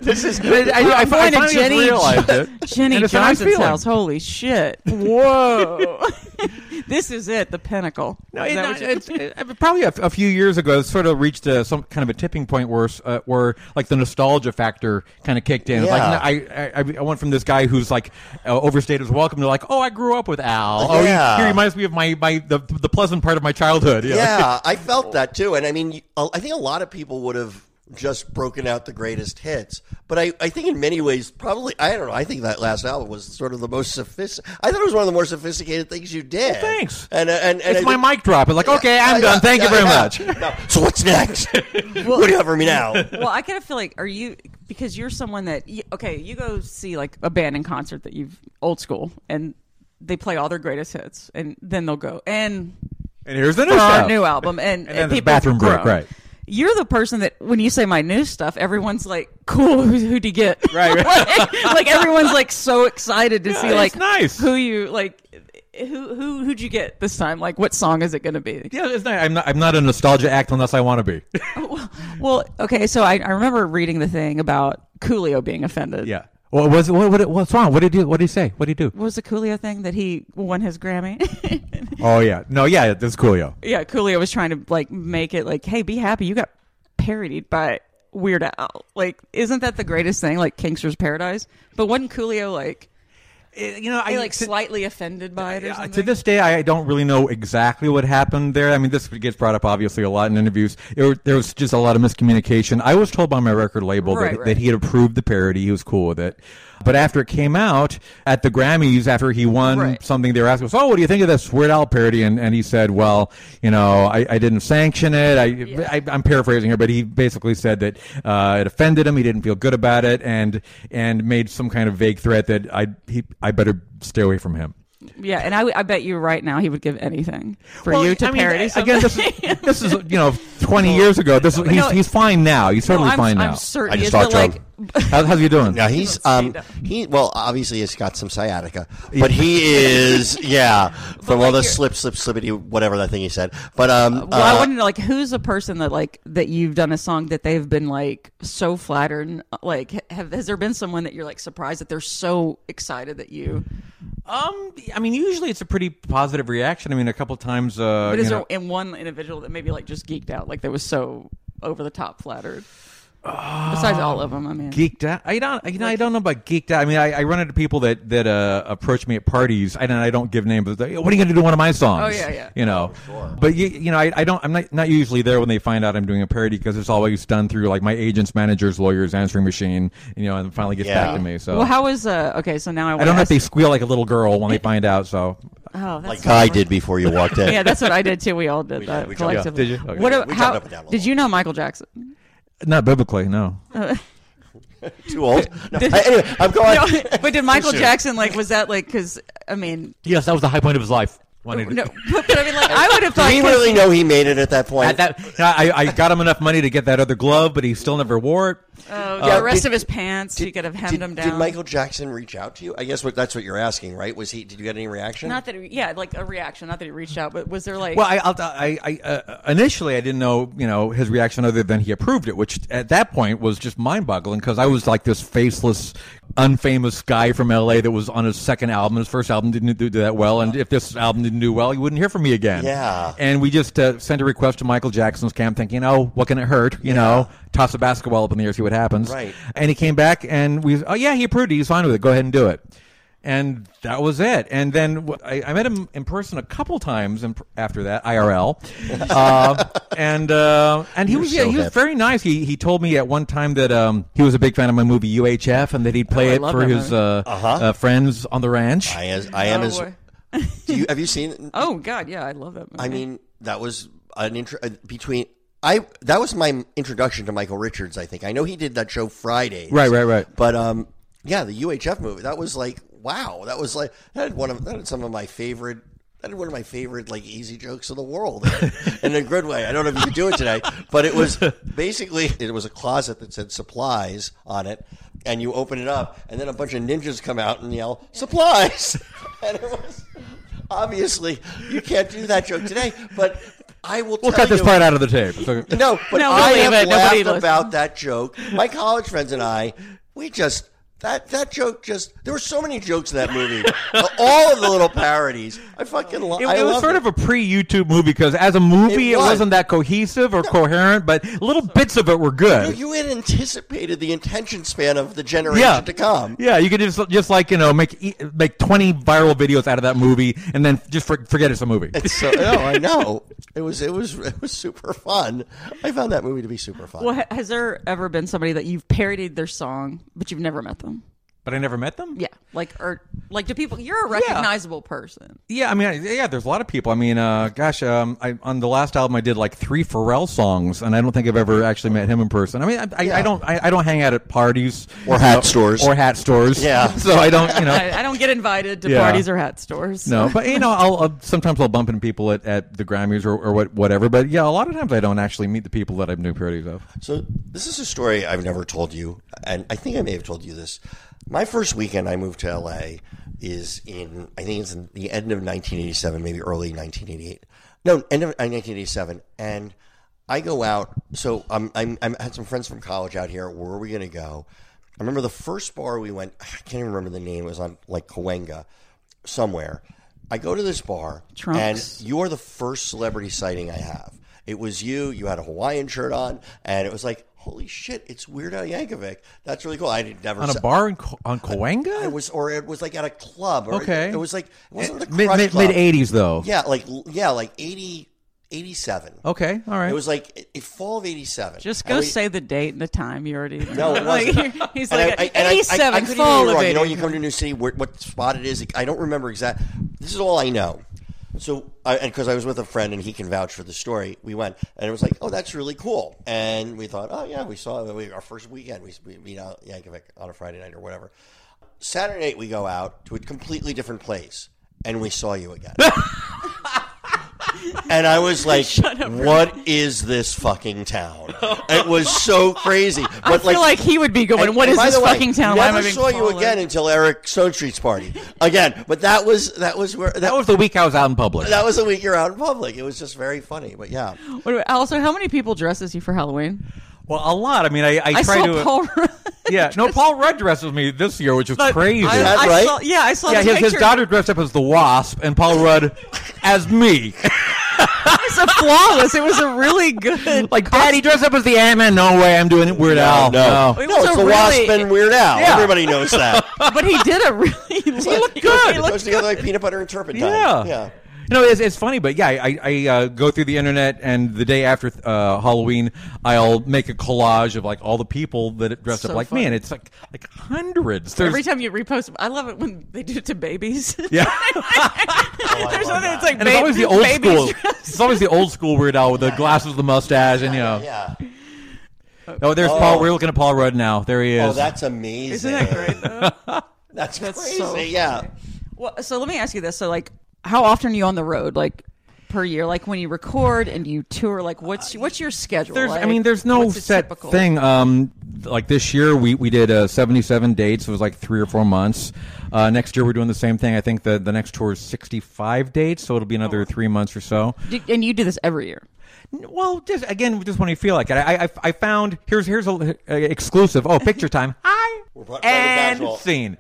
S1: this is.
S4: I, I, I,
S5: I'm going to
S4: finally just
S5: Jenny-
S4: realized it.
S5: Jenny
S4: And it's how I'm
S5: Johnson's
S4: feeling.
S5: house. Holy shit! Whoa, this is it. The pinnacle.
S4: No,
S5: Is
S4: it,
S5: that what you-
S4: it's, it- it- probably a, a few years ago, it sort of reached a, some kind of a tipping point where, s- uh, where like the nostalgia factor kind of kicked in. It's
S1: Yeah.
S4: Like I, I, I went from this guy who's like uh, overstayed his welcome to like, oh, I grew up with Al. Oh, he-
S1: Yeah.
S4: he, reminds me of my, my the, the pleasant part of my childhood. you know?
S1: Yeah, I
S4: Oh.
S1: felt that too. And I mean, you- I think a lot of people would have just broken out the greatest hits. But I, I think in many ways, probably, I don't know, I think that last album was sort of the most sophisticated. I thought it was one of the more sophisticated things you did.
S4: thanks.
S1: And, uh, and, and I
S4: it's my
S1: think-
S4: mic drop. It's like, okay, I'm
S1: Yeah,
S4: done.
S1: yeah,
S4: Thank
S1: yeah,
S4: you very
S1: yeah.
S4: much.
S1: No. So what's next? what do you have for me now?
S5: well, I kind of feel like are you because you're someone that y- okay, you go see like a band in concert that you've old school and they play all their greatest hits and then they'll go and
S4: And here's the new
S5: for our
S4: stuff.
S5: new album and,
S4: And then the
S5: people have
S4: bathroom break,
S5: grown.
S4: right.
S5: You're the person that when you say my new stuff, everyone's like, "Cool, who who'd you get?"
S4: Right, right.
S5: like, like, everyone's like so excited to see
S4: it's
S5: like
S4: nice.
S5: who you like who who who'd you get this time? Like, what song is it going to be?
S4: Yeah, it's not, I'm not. I'm not a nostalgia act unless I want to be.
S5: Well, okay, so I, I remember reading the thing about Coolio being offended.
S4: yeah. What was? What, what? What's wrong? What did you? What did he say? What did he do?
S5: What was the Coolio thing that he won his Grammy?
S4: Oh yeah. No. Yeah. That's cool, yo.
S5: yeah, Coolio was trying to like make it like, hey, be happy. You got parodied by Weird Al. Like, isn't that the greatest thing? Like Kingster's Paradise. But wasn't Coolio like
S4: You know, I
S5: like slightly offended by it or
S4: Uh,
S5: something?
S4: to this day, I don't really know exactly what happened there. I mean, this gets brought up obviously a lot in interviews. There, there was just a lot of miscommunication. I was told by my record label
S5: Right,
S4: that,
S5: right.
S4: that he had approved the parody. He was cool with it. But after it came out at the Grammys, after he won
S5: Right.
S4: something, they were asking us, "Oh, what do you think of this Weird Al parody?" And, and he said, "Well, you know, I, I didn't sanction it. I, I, I'm paraphrasing here, but he basically said that uh, it offended him. He didn't feel good about it, and and made some kind of vague threat that I he I better stay away from him."
S5: yeah, and I, w- I bet you right now he would give anything for
S4: Well,
S5: you to
S4: I mean,
S5: parody something.
S4: again. This is, this is you know twenty years ago. This is, he's
S5: No,
S4: he's fine now. He's totally
S5: I'm,
S4: fine
S5: I'm
S4: now.
S5: certain.
S1: I just
S5: it's
S1: talked
S5: the,
S1: to
S5: like,
S1: him.
S4: How, how's he doing?
S1: Now he's um he well obviously he's got some sciatica, but he is yeah from all the slip slip slippity whatever that thing he said. But um
S5: Well, I
S1: uh,
S5: want to know, like, who's a person that, like, that you've done a song that they've been like so flattered, and, like, have, has there been someone that you're like surprised that they're so excited that you?
S4: Um, I mean, usually it's a pretty positive reaction. I mean, a couple times. Uh,
S5: But is
S4: you
S5: there
S4: know-
S5: in one individual that maybe like just geeked out, like that was so over the top flattered? Besides all of them, I mean,
S4: geeked out. I don't. You know, I don't know about geeked out. I mean, I, I run into people that that uh, approach me at parties, and I don't give names. But they're, "Yo, what are you going to do to one of my songs?
S5: Oh, yeah, yeah.
S4: You know, but you, you know, I, I don't. I'm not not usually there when they find out I'm doing a parody because it's always done through like my agents, managers, lawyers, answering machine. You know, and it finally gets
S1: Yeah.
S4: back to me. So
S5: well, how was uh? Okay, so now I,
S4: I don't know if they squeal like a little girl when they find out. So
S5: Oh, that's
S1: like I did before you walked in.
S5: Yeah, that's what I did too. We all did that
S1: we jumped-
S5: collectively.
S4: yeah, did you? Okay.
S5: What? a-
S1: We jumped
S5: how
S1: up and down a
S5: did
S1: lot.
S5: you know Michael Jackson?
S4: not biblically, no.
S1: Too old. No, I- anyway, I'm going.
S5: No, but did Michael
S1: Sure.
S5: Jackson like? Was that like? Because I mean,
S4: Yes, that was the high point of his life. Wanted
S5: no. But, but I mean, like, I would have
S1: Do
S5: thought.
S1: we
S5: 'cause-
S1: really know he made it at that point?
S4: At that, I, I got him enough money to get that other glove, but he still never wore it.
S5: Oh,
S1: Uh,
S5: the rest
S1: did-
S5: of his pants, he could have hemmed
S1: did,
S5: him down.
S1: Did Michael Jackson reach out to you? I guess what, that's what you're asking, right? Was he? Did you get any reaction?
S5: not that, he, yeah, like a reaction. Not that he reached out, but was there like,
S4: Well, I, I'll, I, I uh, initially I didn't know you know his reaction other than he approved it, which at that point was just mind boggling because I was like this faceless, unfamous guy from L.A. that was on his second album. His first album didn't do, do that well, and if this album didn't do well, you wouldn't hear from me again.
S1: Yeah.
S4: And we just uh, sent a request to Michael Jackson's camp, thinking, oh, what can it hurt? You know, toss a basketball up in the air, see what happens.
S1: Right.
S4: And he came back and we, oh yeah, he approved it. He's fine with it. Go ahead and do it. And that was it. And then wh- I, I met him in person a couple times in, pr- after that, IRL. uh, and uh, and he was yeah,
S1: so
S4: he was
S1: hip.
S4: very nice. He he told me at one time that um, he was a big fan of my movie UHF and that
S1: Oh,
S4: he'd play
S5: I
S4: it
S5: love
S4: for
S5: that
S4: his
S5: movie.
S4: uh, uh, friends on the ranch.
S1: Uh-huh. I am. I am
S5: Oh,
S1: as.
S5: boy.
S1: Do you, have you seen?
S5: oh god, yeah, I love that movie.
S1: I mean, that was an intro uh, between. I that was my introduction to Michael Richards. I think I know he did that show Friday.
S4: Right, right, right.
S1: But um, yeah, the UHF movie that was like wow. That was like that had one of that had some of my favorite. That had one of my favorite like easy jokes of the world, in a good way. I don't know if you could do it today, but it was basically it was a closet that said supplies on it, and you open it up, and then a bunch of ninjas come out and yell supplies, and it was obviously you can't do that joke today, but. I will
S4: We'll
S1: tell
S4: cut this
S1: you-
S4: part out of the tape. It's okay.
S1: no, but
S5: No,
S1: I
S5: believe
S1: have
S5: it.
S1: laughed
S5: Nobody listened.
S1: about that joke. My college friends and I, we just that that joke just. There were so many jokes in that movie. All of the little parodies. I fucking love.
S4: It,
S1: I
S4: it was
S1: love
S4: sort
S1: it.
S4: of a pre-YouTube movie because as a movie,
S1: It
S4: it,
S1: was.
S4: was. not that cohesive or coherent, but little bits of it were
S1: You-
S4: good.
S1: you had anticipated the attention span of the generation
S4: yeah,
S1: to come.
S4: yeah, you could just just like you know make e- make twenty viral videos out of that movie and then just for, forget it's a movie.
S1: So no, I know it was it was it was super fun. I found that movie to be super fun.
S5: well, ha- has there ever been somebody that you've parodied their song, but you've never met them?
S4: But I never met them.
S5: Yeah, like or like, do people? You're a recognizable person.
S4: Yeah, I mean, I- yeah, there's a lot of people. I mean, uh, gosh, um, I, on the last album, I did like three Pharrell songs, and I don't think I've ever actually met him in person. I mean, I, I, I don't, I, I don't hang out at parties
S1: Or
S4: you
S1: hat
S4: know,
S1: stores.
S4: or hat stores.
S1: Yeah.
S4: so I don't, you know,
S5: I, I don't get invited to
S4: Yeah.
S5: parties or hat stores.
S4: No, but you know, I'll, i sometimes I'll bump into people at, at the Grammys or, or what, whatever. But yeah, a lot of times I don't actually meet the people that I'm doing parodies of.
S1: So this is a story I've never told you, and I think I may have told you this. My first weekend I moved to LA is in I think it's in the end of 1987, maybe early 1988. No, end of 1987, and I go out. So um, I'm I'm I had some friends from college out here. Where are we going to go? I remember the first bar we went. I can't even remember the name. It was on like Cahuenga, somewhere. I go to this bar,
S5: Trunks.
S1: and you are the first celebrity sighting I have. It was you. You had a Hawaiian shirt on, and it was like, holy shit, it's Weird Al Yankovic. That's really cool. I did never
S4: On a
S1: saw-
S4: bar in, Co- on
S1: It
S4: Coenga?
S1: was, or it was like at a club. Or
S4: Okay.
S1: It, was like it wasn't the
S4: Mid,
S1: Crush
S4: mid,
S1: Club.
S4: mid 80s, though.
S1: Yeah, like yeah, like 80, 87.
S4: Okay, all right.
S1: It was like it, it fall of eighty seven.
S5: Just go say the date and the time. You already
S1: No, it wasn't.
S5: Like, he's
S1: And I-
S5: like
S1: I- and I- I-
S5: eighty-seven.
S1: I couldn't even
S5: fall
S1: be
S5: of
S1: wrong. You know,
S5: it.
S1: when you come to a new city, where, what spot it is, I don't remember exact. This is all I know. So, I, and because I was with a friend and he can vouch for the story, we went and it was like, oh, that's really cool. And we thought, oh yeah, we saw we, our first weekend. We we meet out Yankovic on a Friday night or whatever. Saturday night we go out to a completely different place and we saw you again. And I was like, "What is this fucking town?" It was so crazy. But
S5: I feel like he would be going.
S1: and-
S5: What
S1: and
S5: is
S1: by
S5: this
S1: the way,
S5: fucking town? Why am
S1: Never
S5: I being
S1: saw you
S5: followed?
S1: again until Eric Stone Street's party again. But that was that was where that
S4: that
S1: was
S4: was the week I was out in public.
S1: that was a week you're out in public. It was just very funny. But yeah,
S5: What about- also, how many people dress as you for Halloween?
S4: Well, a lot. I mean, I, I,
S5: I
S4: try
S5: saw
S4: to.
S5: Paul. Rudd.
S4: yeah, no, Paul Rudd dresses me this year, which is crazy.
S5: I,
S1: that
S5: I
S1: right?
S5: saw, yeah, I saw.
S4: yeah,
S5: the
S4: his, his
S5: picture.
S4: daughter dressed up as the Wasp and Paul Rudd as me.
S5: It was a flawless. It was a really good.
S4: like, Daddy, dress up as the Ant Man. No way, I'm doing it. Weird Al.
S1: no,
S5: It
S1: no,
S5: was
S1: it's
S5: a
S1: the Wasp
S5: really-
S1: and Weird Al.
S4: Yeah.
S1: Everybody knows that.
S5: but he did a really. he looked
S4: good.
S5: He
S1: It
S5: looked
S1: goes together like peanut butter and turpentine.
S4: Yeah.
S1: yeah.
S4: You know, it's, it's funny, but yeah, I, I uh, go through the internet, and the day after uh, Halloween, I'll make a collage of like all the people that dress
S5: So
S4: up like
S5: funny.
S4: me, and it's like like hundreds. There's,
S5: Every time you repost, I love it when they do it to babies.
S4: yeah,
S5: There's nothing. It's like
S4: and it's
S5: ba-
S4: always the old
S5: babies
S4: school.
S5: dress-
S4: It's always the old school Weird Al with the glasses, the mustache, and you know.
S1: Yeah.
S4: Oh, there's Paul. We're looking at Paul Rudd now. There he is.
S1: Oh, that's amazing.
S5: Isn't that great though?
S1: That's,
S5: That's
S1: crazy.
S5: so
S1: yeah.
S5: Well, so let me ask you this: so like, how often are you on the road? Like, per year? Like when you record and you tour, like what's what's your schedule?
S4: Uh, There's, I
S5: Like,
S4: mean, there's no
S5: what's a
S4: set
S5: typical-
S4: thing. Um, like this year, we we did uh, 77 dates. It was like three or four months. Uh, next year, we're doing the same thing. I think the the next tour is 65 dates, so it'll be
S5: Oh.
S4: another three months or so.
S5: Do- And you do this every year.
S4: Well, just again, just when you feel like it. I I, I found here's here's a uh, exclusive. Oh, picture time. Hi.
S1: pro- probably
S4: and
S1: casual.
S4: scene.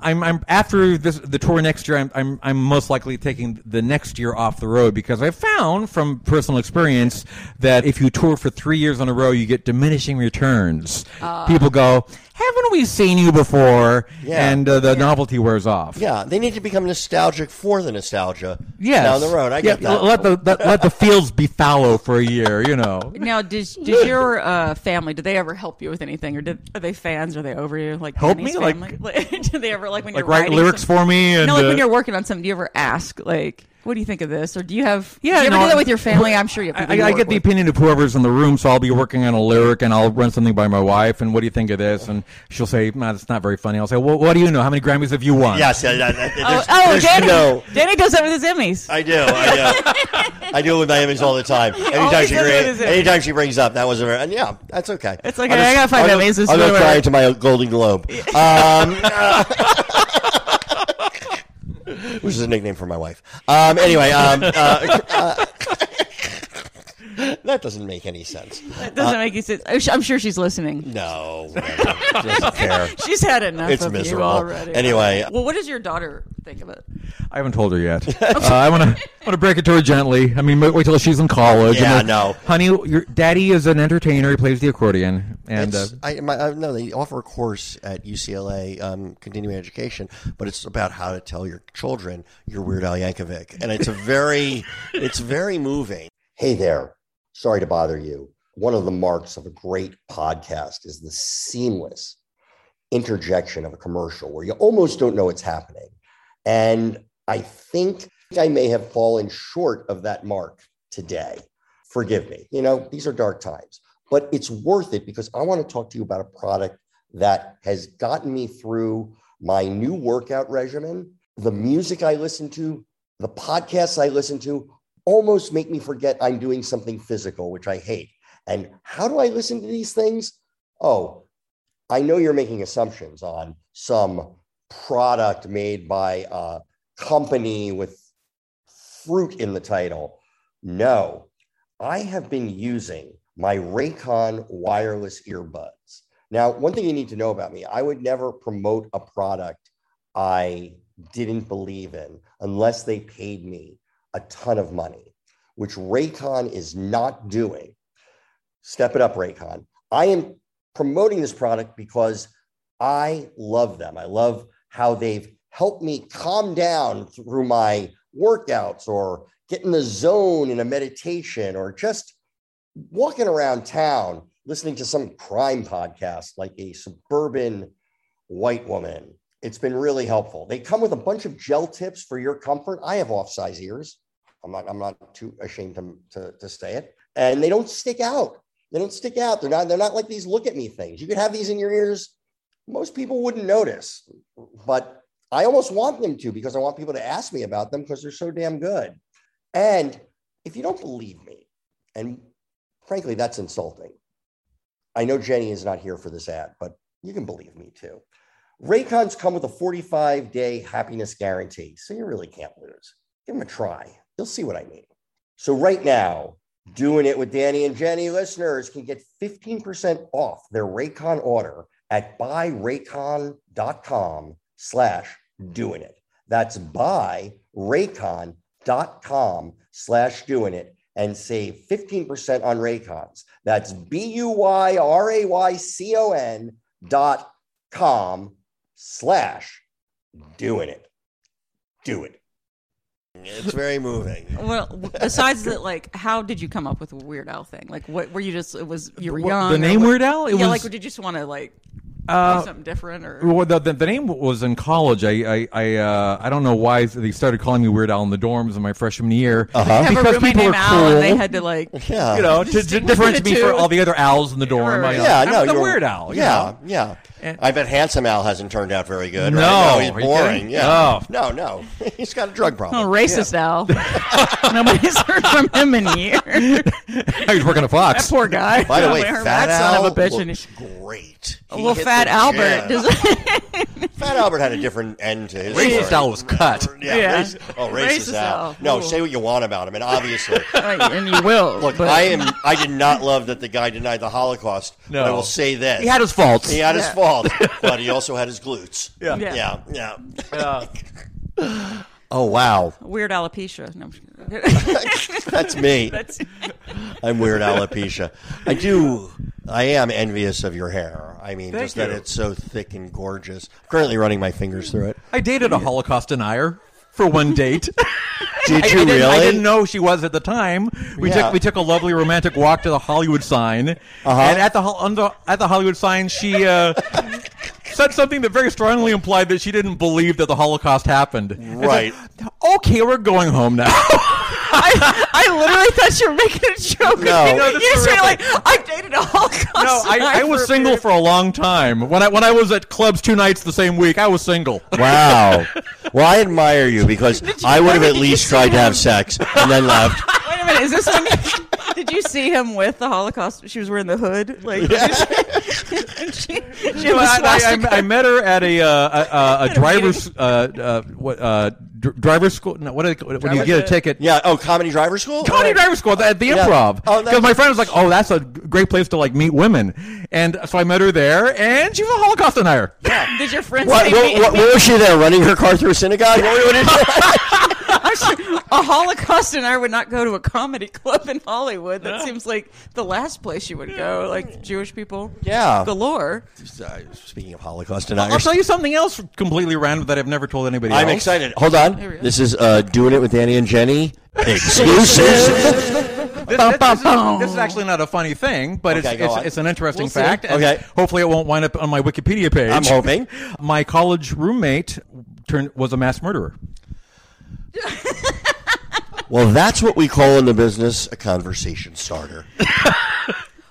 S4: I'm I'm after this the tour next year. I'm I'm I'm most likely taking the next year off the road because I found from personal experience that if you tour for three years on a row, you get diminishing returns.
S5: Ah.
S4: People go, haven't we seen you before?
S1: Yeah.
S4: And uh, the novelty wears off.
S1: Yeah, they need to become nostalgic for the nostalgia
S4: Yes.
S1: down the road. I get
S4: Yeah,
S1: that.
S4: Let the let, let the fields be fallow for a year. You know.
S5: Now, does does your uh, family? Do they ever help you with anything, or did, are they fans? Are they over you? Like
S4: Help
S5: Danny's
S4: me? Like-
S5: family? Like, do they ever like when
S4: Like
S5: you're
S4: write
S5: writing
S4: lyrics
S5: some-
S4: for me and
S5: no, like
S4: uh,
S5: when you're working on something, do you ever ask like, "What do you think of this?" Or do you have?
S4: Yeah,
S5: do you ever
S4: no,
S5: do that with your family? I'm sure you. Have
S4: I, I get the opinion of whoever's in the room, so I'll be working on a lyric and I'll run something by my wife. And what do you think of this? And she'll say, "No, that's not very funny." I'll say, "Well, what do you know? How many Grammys have you won?"
S1: Yes, yeah, yeah, yeah,
S5: Oh,
S1: there's-
S5: oh
S1: there's
S5: Danny,
S1: no-
S5: Danny does that with his Emmys.
S1: I do. I do. I do it with my image all the time. Anytime
S5: always
S1: she,
S5: does it with
S1: brings,
S5: his image.
S1: anytime she brings up, that was a very, and yeah, that's okay.
S5: It's okay, I gotta find
S1: I'll
S5: out
S1: go-
S5: Ames is
S1: I'll go
S5: nowhere.
S1: cry into my Golden Globe. Um, which is a nickname for my wife. Um, anyway, um, uh, uh, that doesn't make any sense.
S5: It doesn't make any sense. I'm su- I'm sure she's listening.
S1: No, whatever. doesn't care.
S5: She's had enough
S1: It's
S5: of
S1: miserable.
S5: you already.
S1: Anyway.
S5: well, what does your daughter think of it?
S4: I haven't told her yet. uh, I want to want to break it to her gently. I mean, wait, wait till she's in college.
S1: Yeah,
S4: and
S1: no.
S4: honey, your daddy is an entertainer. He plays the accordion, and uh,
S1: It's- I, my, I, no, they offer a course at UCLA um, continuing education, but it's about how to tell your children you're Weird Al Yankovic, and it's a very, it's very moving. Hey there, sorry to bother you. One of the marks of a great podcast is the seamless interjection of a commercial where you almost don't know it's happening, and I think I may have fallen short of that mark today. Forgive me. You know, these are dark times but it's worth it because I want to talk to you about a product that has gotten me through my new workout regimen. The music I listen to, the podcasts I listen to almost make me forget I'm doing something physical, which I hate. And how do I listen to these things? Oh, I know you're making assumptions on some product made by a company with fruit in the title. No, I have been using my Raycon wireless earbuds. Now, one thing you need to know about me, I would never promote a product I didn't believe in unless they paid me a ton of money, which Raycon is not doing. Step it up, Raycon. I am promoting this product because I love them. I love how they've helped me calm down through my workouts or get in the zone in a meditation or just walking around town listening to some crime podcast like a suburban white woman. It's been really helpful. They come with a bunch of gel tips for your comfort. I have off-size ears. I'm not, I'm not too ashamed to, to, to say it. And they don't stick out. They don't stick out. They're not, they're not like these look at me things. You could have these in your ears. Most people wouldn't notice, but I almost want them to because I want people to ask me about them because they're so damn good. And if you don't believe me, and frankly, that's insulting. I know Jenny is not here for this ad, but you can believe me too. Raycons come with a 45 day happiness guarantee, so you really can't lose. Give them a try. You'll see what I mean. So, right now, doing it with Danny and Jenny listeners can get 15% off their Raycon order at buyraycon.com slash doing it. That's buyraycon.com slash doing it and save 15% on Raycons. That's B U Y R A Y C O N dot com slash doing it. Do it. It's very moving.
S5: Well, besides that, like, how did you come up with the Weird Al thing? Like, what were you just? It was you were
S4: What,
S5: young.
S4: the
S5: or
S4: name
S5: what-
S4: Weird Al? It
S5: yeah,
S4: was- Uh,
S5: like, did you just want to like do something different or
S4: Well, the, the, the name was in college. I I I, uh, I don't know why they started calling me Weird Al in the dorms in my freshman year
S1: Uh-huh.
S5: I have a
S4: because
S5: roommate
S4: people
S5: named
S4: are
S5: Al
S4: cool.
S5: and they had to like
S1: Yeah.
S4: you know, to, to
S5: stick with
S4: differentiate
S5: the
S4: me for
S5: two.
S4: all the other owls in the dorm.
S5: Right,
S4: I,
S5: right.
S4: uh,
S1: Yeah,
S4: I'm
S1: no,
S4: the
S1: you're-
S4: weird owl. you
S1: Yeah,
S4: know.
S1: yeah.
S4: And-
S1: I bet handsome Al hasn't turned out very good. right?
S4: No,
S1: he's
S4: are you
S1: boring.
S4: kidding?
S1: Yeah, no, no, he's got a drug problem.
S5: oh, racist Al. Nobody's heard from him in years.
S4: he's working at
S5: that
S4: Fox.
S5: poor guy.
S1: By the way,
S5: That
S1: fat
S5: son
S1: Al
S5: of a bitch. and
S1: looks
S5: he-
S1: great. He
S5: Well,
S1: hit
S5: Fat
S1: the
S5: Albert.
S1: gym.
S5: Does,
S1: Fat Albert had a different end to his.
S4: Racist
S1: story.
S4: Al was cut.
S1: Yeah.
S5: Yeah.
S1: raci- oh, racist,
S5: Racist
S1: Al.
S5: Al.
S1: No,
S5: Ooh.
S1: say what you want about him, and obviously.
S5: like, and you will.
S1: Look,
S5: but
S1: I am. I did not love that the guy denied the Holocaust.
S4: No.
S1: but I will say this:
S4: He had his faults.
S1: he had his fault, but he also had his glutes. Yeah,
S5: Yeah.
S1: yeah, yeah. oh wow,
S5: weird alopecia. No, I'm just kidding.
S1: that's me. I'm weird alopecia. I do. I am envious of your hair. I mean, just that
S4: you.
S1: it's so thick and gorgeous. I'm currently running my fingers through it.
S4: I dated a Holocaust denier for one date.
S1: Did you
S4: I, I didn't,
S1: really?
S4: I didn't know she was at the time. We
S1: Yeah. Uh-huh.
S4: took we took a lovely romantic walk to the Hollywood sign, and at the, hol- on the at the Hollywood sign, she uh, said something that very strongly implied that she didn't believe that the Holocaust happened. I said,
S1: Right.
S4: okay, we're going home now.
S5: I, I literally thought you were making a joke.
S1: No.
S5: you,
S1: No,
S4: this
S5: you
S4: is
S5: say
S4: real.
S5: like I dated a Holocaust.
S4: no, I, I
S5: guy
S4: was
S5: for a
S4: single
S5: period
S4: for a long time. When I when I was at clubs two nights the same week, I was single.
S1: Wow. Well, I admire you because I would have
S5: why
S1: at
S5: did you
S1: least
S5: say
S1: tried to
S5: that?
S1: have sex and then left.
S5: of- Wait a minute, is this when? you- did you see him with the Holocaust? She was wearing the hood, like and she, she
S4: Well,
S5: was
S4: I, I- I- I met her at a uh, a, a, a driver's uh, uh, what uh, dr- driver's school. No, what do they, call- when you
S5: Driver's
S4: get a
S5: ed.
S4: ticket?
S1: Yeah. Oh, comedy driver school.
S4: Comedy driver's school at the improv.
S1: Oh,
S4: Because
S1: that's-
S4: my friend was like, "Oh, that's a great place to like meet women," and so I met her there, and she was a Holocaust denier.
S5: Did your friends
S1: What,
S5: say
S1: what,
S5: me-
S1: what,
S5: me-
S1: what was she there running her car through a synagogue? What, what did she-
S5: I'm sure a Holocaust and I would not go to a comedy club in Hollywood. That seems like the last place you would go. Like Jewish people,
S1: Yeah.
S5: galore.
S1: Sorry, Speaking of Holocaust
S4: I'll
S1: deniers,
S4: tell you something else completely random that I've never told anybody.
S1: I'm
S4: else.
S1: excited. Hold on.
S5: we go.
S1: This is uh, doing it with Danny and Jenny. Exclusive.
S4: This, this- this is, this is actually not a funny thing, but
S1: Okay, go
S4: it's,
S1: on.
S4: it's, it's an interesting
S5: We'll see.
S4: fact. and
S1: Okay.
S4: Hopefully, it won't wind up on my Wikipedia page.
S1: I'm hoping.
S4: My college roommate turned was a mass murderer.
S1: well, that's what we call in the business a conversation starter.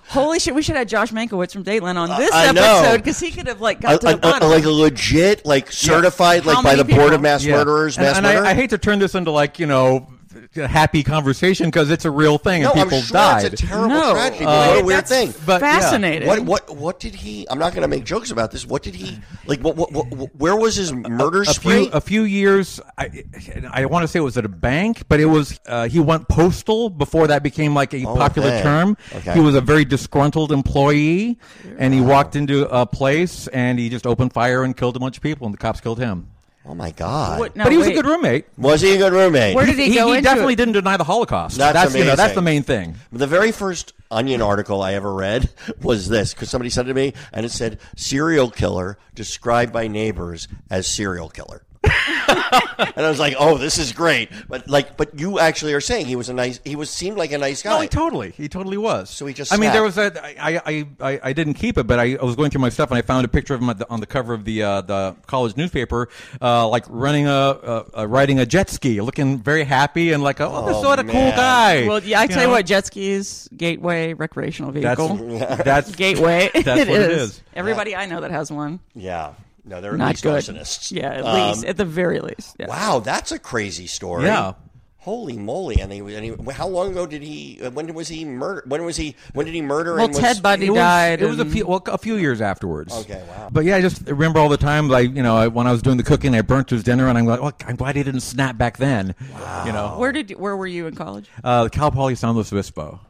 S5: Holy shit! We should have Josh Mankiewicz from Dateline on this
S1: I know.
S5: episode because he could have like got
S1: A-
S5: to the
S1: a- a-
S5: bottom.
S1: like a legit, like certified,
S5: How
S1: like by
S5: many
S1: the Board
S5: people?
S1: of Mass
S4: Yeah.
S1: Murderers,
S4: And,
S1: Mass
S4: and
S1: Murderer.
S4: I, I hate to turn this into like you know a happy conversation because it's a real thing
S1: no,
S4: and
S1: I'm
S4: people
S1: sure
S4: died.
S1: it's a terrible
S5: No.
S1: tragedy.
S5: Uh,
S1: but what a
S5: Wait,
S1: weird
S5: that's
S1: thing.
S4: But, yeah.
S5: Fascinating.
S1: What what what did he? I'm not going to make jokes about this. What did he like? What, what, what where was his murder
S4: a
S1: spree?
S4: few a few years. I I want to say it was at a bank, but it was uh, he went postal before that became like a popular
S1: Oh, okay.
S4: term.
S1: Okay.
S4: He was a very disgruntled employee, and he walked into a place and he just opened fire and killed a bunch of people, and the cops killed him.
S1: oh my god!
S5: What- no,
S4: but he was
S5: wait.
S4: a good roommate.
S1: Was he a good roommate?
S5: Where did he,
S4: he,
S5: go
S4: he
S5: into
S4: definitely
S5: it?
S4: didn't deny the Holocaust.
S1: That's
S4: you know
S1: amazing.
S4: that's the main thing.
S1: the very first Onion article I ever read was this because somebody sent it to me and it said serial killer described by neighbors as serial killer. and I was like, "Oh, this is great!" But like, but you actually are saying he was a nice. He was seemed like a nice guy.
S4: No, he totally, he totally was. So
S1: he just
S4: I mean, there was
S1: snapped.
S4: a. I I, I I didn't keep it, but I, I was going through my stuff and I found a picture of him at the, on the cover of the uh, the college newspaper, uh, like running a uh, uh, riding a jet ski, looking very happy and like, oh, this is what a cool
S1: man.
S4: guy.
S5: Well, yeah, I tell you
S4: know?
S5: what, jet skis, gateway, recreational vehicle,
S4: That's that's
S5: gateway.
S4: That's
S5: it
S4: what it
S5: is.
S4: is.
S5: Everybody I know that has one.
S1: yeah, no, they're
S5: Not
S1: at least
S5: good.
S1: arsonists.
S5: Yeah, at
S1: Um,
S5: least at the very least. Yeah.
S1: Wow, that's a crazy story.
S4: Yeah.
S1: Holy moly! And he, was- and he, how long ago did he? uh, When was he murder? When was he? When did he murder?
S5: Well,
S1: and was,
S5: Ted Bundy
S4: It was,
S5: died.
S4: It was a
S5: and-
S4: few, well, a few years afterwards.
S1: Okay, wow.
S4: But yeah, I just remember all the times I, you know, I, when I was doing the cooking, I burnt his dinner, and I'm like, well, I'm glad he didn't snap back then. Wow. You know,
S5: Where did where were you in college?
S4: uh, Cal Poly San Luis Obispo.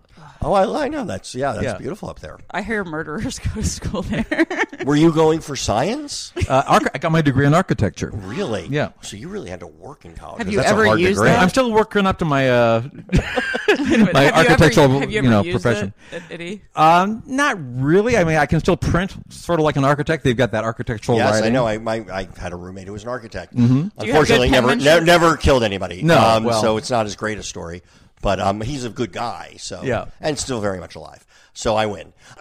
S1: Oh, I, I know that's yeah, that's
S4: Yeah.
S1: beautiful up there.
S5: I hear murderers go to school there.
S1: Were you going for science?
S4: Uh, arch- I got my degree in architecture.
S1: Really?
S4: Yeah.
S1: So you really had to work in college.
S5: Have
S1: 'cause
S5: you
S1: that's a
S5: ever
S1: hard
S5: used
S1: degree.
S5: that?
S4: I'm still working up to my uh, my
S5: Have you ever-
S4: architectural, you,
S5: have you ever
S4: know,
S5: used
S4: profession.
S5: it at E? Itty?
S4: Um, not really. I mean, I can still print, sort of like an architect. They've got that architectural.
S1: Yes,
S4: writing. Mm-hmm.
S1: I know. I, my, I had a roommate who was an architect.
S5: you have good
S1: Unfortunately, never, ne-
S5: penmanship?
S1: never killed anybody.
S4: No,
S1: um,
S4: well-
S1: so it's not as great a story. But um, he's a good guy. So
S4: Yeah.
S1: and still very much alive. So I win.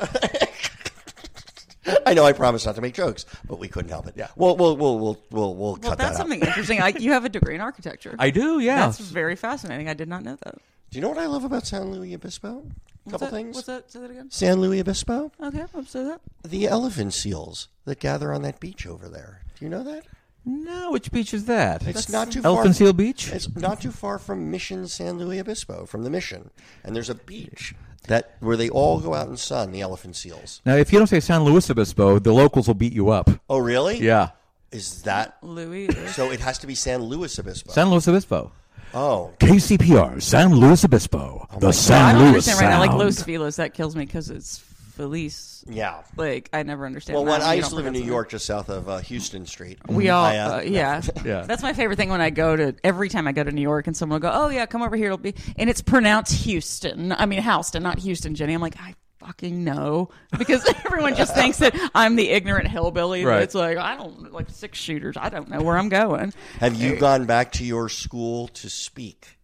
S1: I know I promised not to make jokes, but we couldn't help it. Yeah. We'll we'll we'll we'll we'll, we'll
S5: Well,
S1: cut that
S5: that's
S1: out.
S5: something interesting. I, you have a degree in architecture.
S4: I do, yeah.
S5: That's very fascinating. I did not know that.
S1: Do you know what I love about San Luis Obispo? A couple
S5: that,
S1: things.
S5: What's that? Say that again.
S1: San Luis Obispo,
S5: Okay, I'll say that.
S1: the elephant seals that gather on that beach over there. Do you know that?
S4: No, which beach is that?
S1: It's not too far.
S4: Elephant Seal Beach.
S1: It's not too far from Mission San Luis Obispo, from the mission, and there's a beach that where they all go out and sun the elephant seals.
S4: Now, if you don't say San Luis Obispo, the locals will beat you up.
S1: Oh, really?
S4: Yeah,
S1: Is that
S5: Louis.
S1: so? It has to be San Luis Obisco.
S4: San Luis Obispo.
S1: oh,
S4: KCPR, San Luis Obispo, the
S5: I
S4: San
S5: don't
S4: Luis
S5: understand right now. Like
S4: sound.
S5: Los Feliz, that kills me because it's Feliz.
S1: yeah.
S5: Like I never understand.
S1: Well,
S5: that.
S1: when
S5: You
S1: I
S5: don't
S1: used to live in New
S5: pronounce it.
S1: York, just south of uh, Houston Street, Mm-hmm.
S5: We all,
S1: I,
S5: uh, yeah.
S4: Yeah.
S5: That's my favorite thing when I go to every time I go to New York and someone will go, oh yeah, come over here. It'll be, and it's pronounced Houston. I mean, Houston, not Houston, Jenny. I'm like, I fucking know because everyone just thinks that I'm the ignorant hillbilly.
S4: Right.
S5: But it's like I don't like six shooters. I don't know where I'm going.
S1: Have
S5: Uh,
S1: you gone back to your school to speak?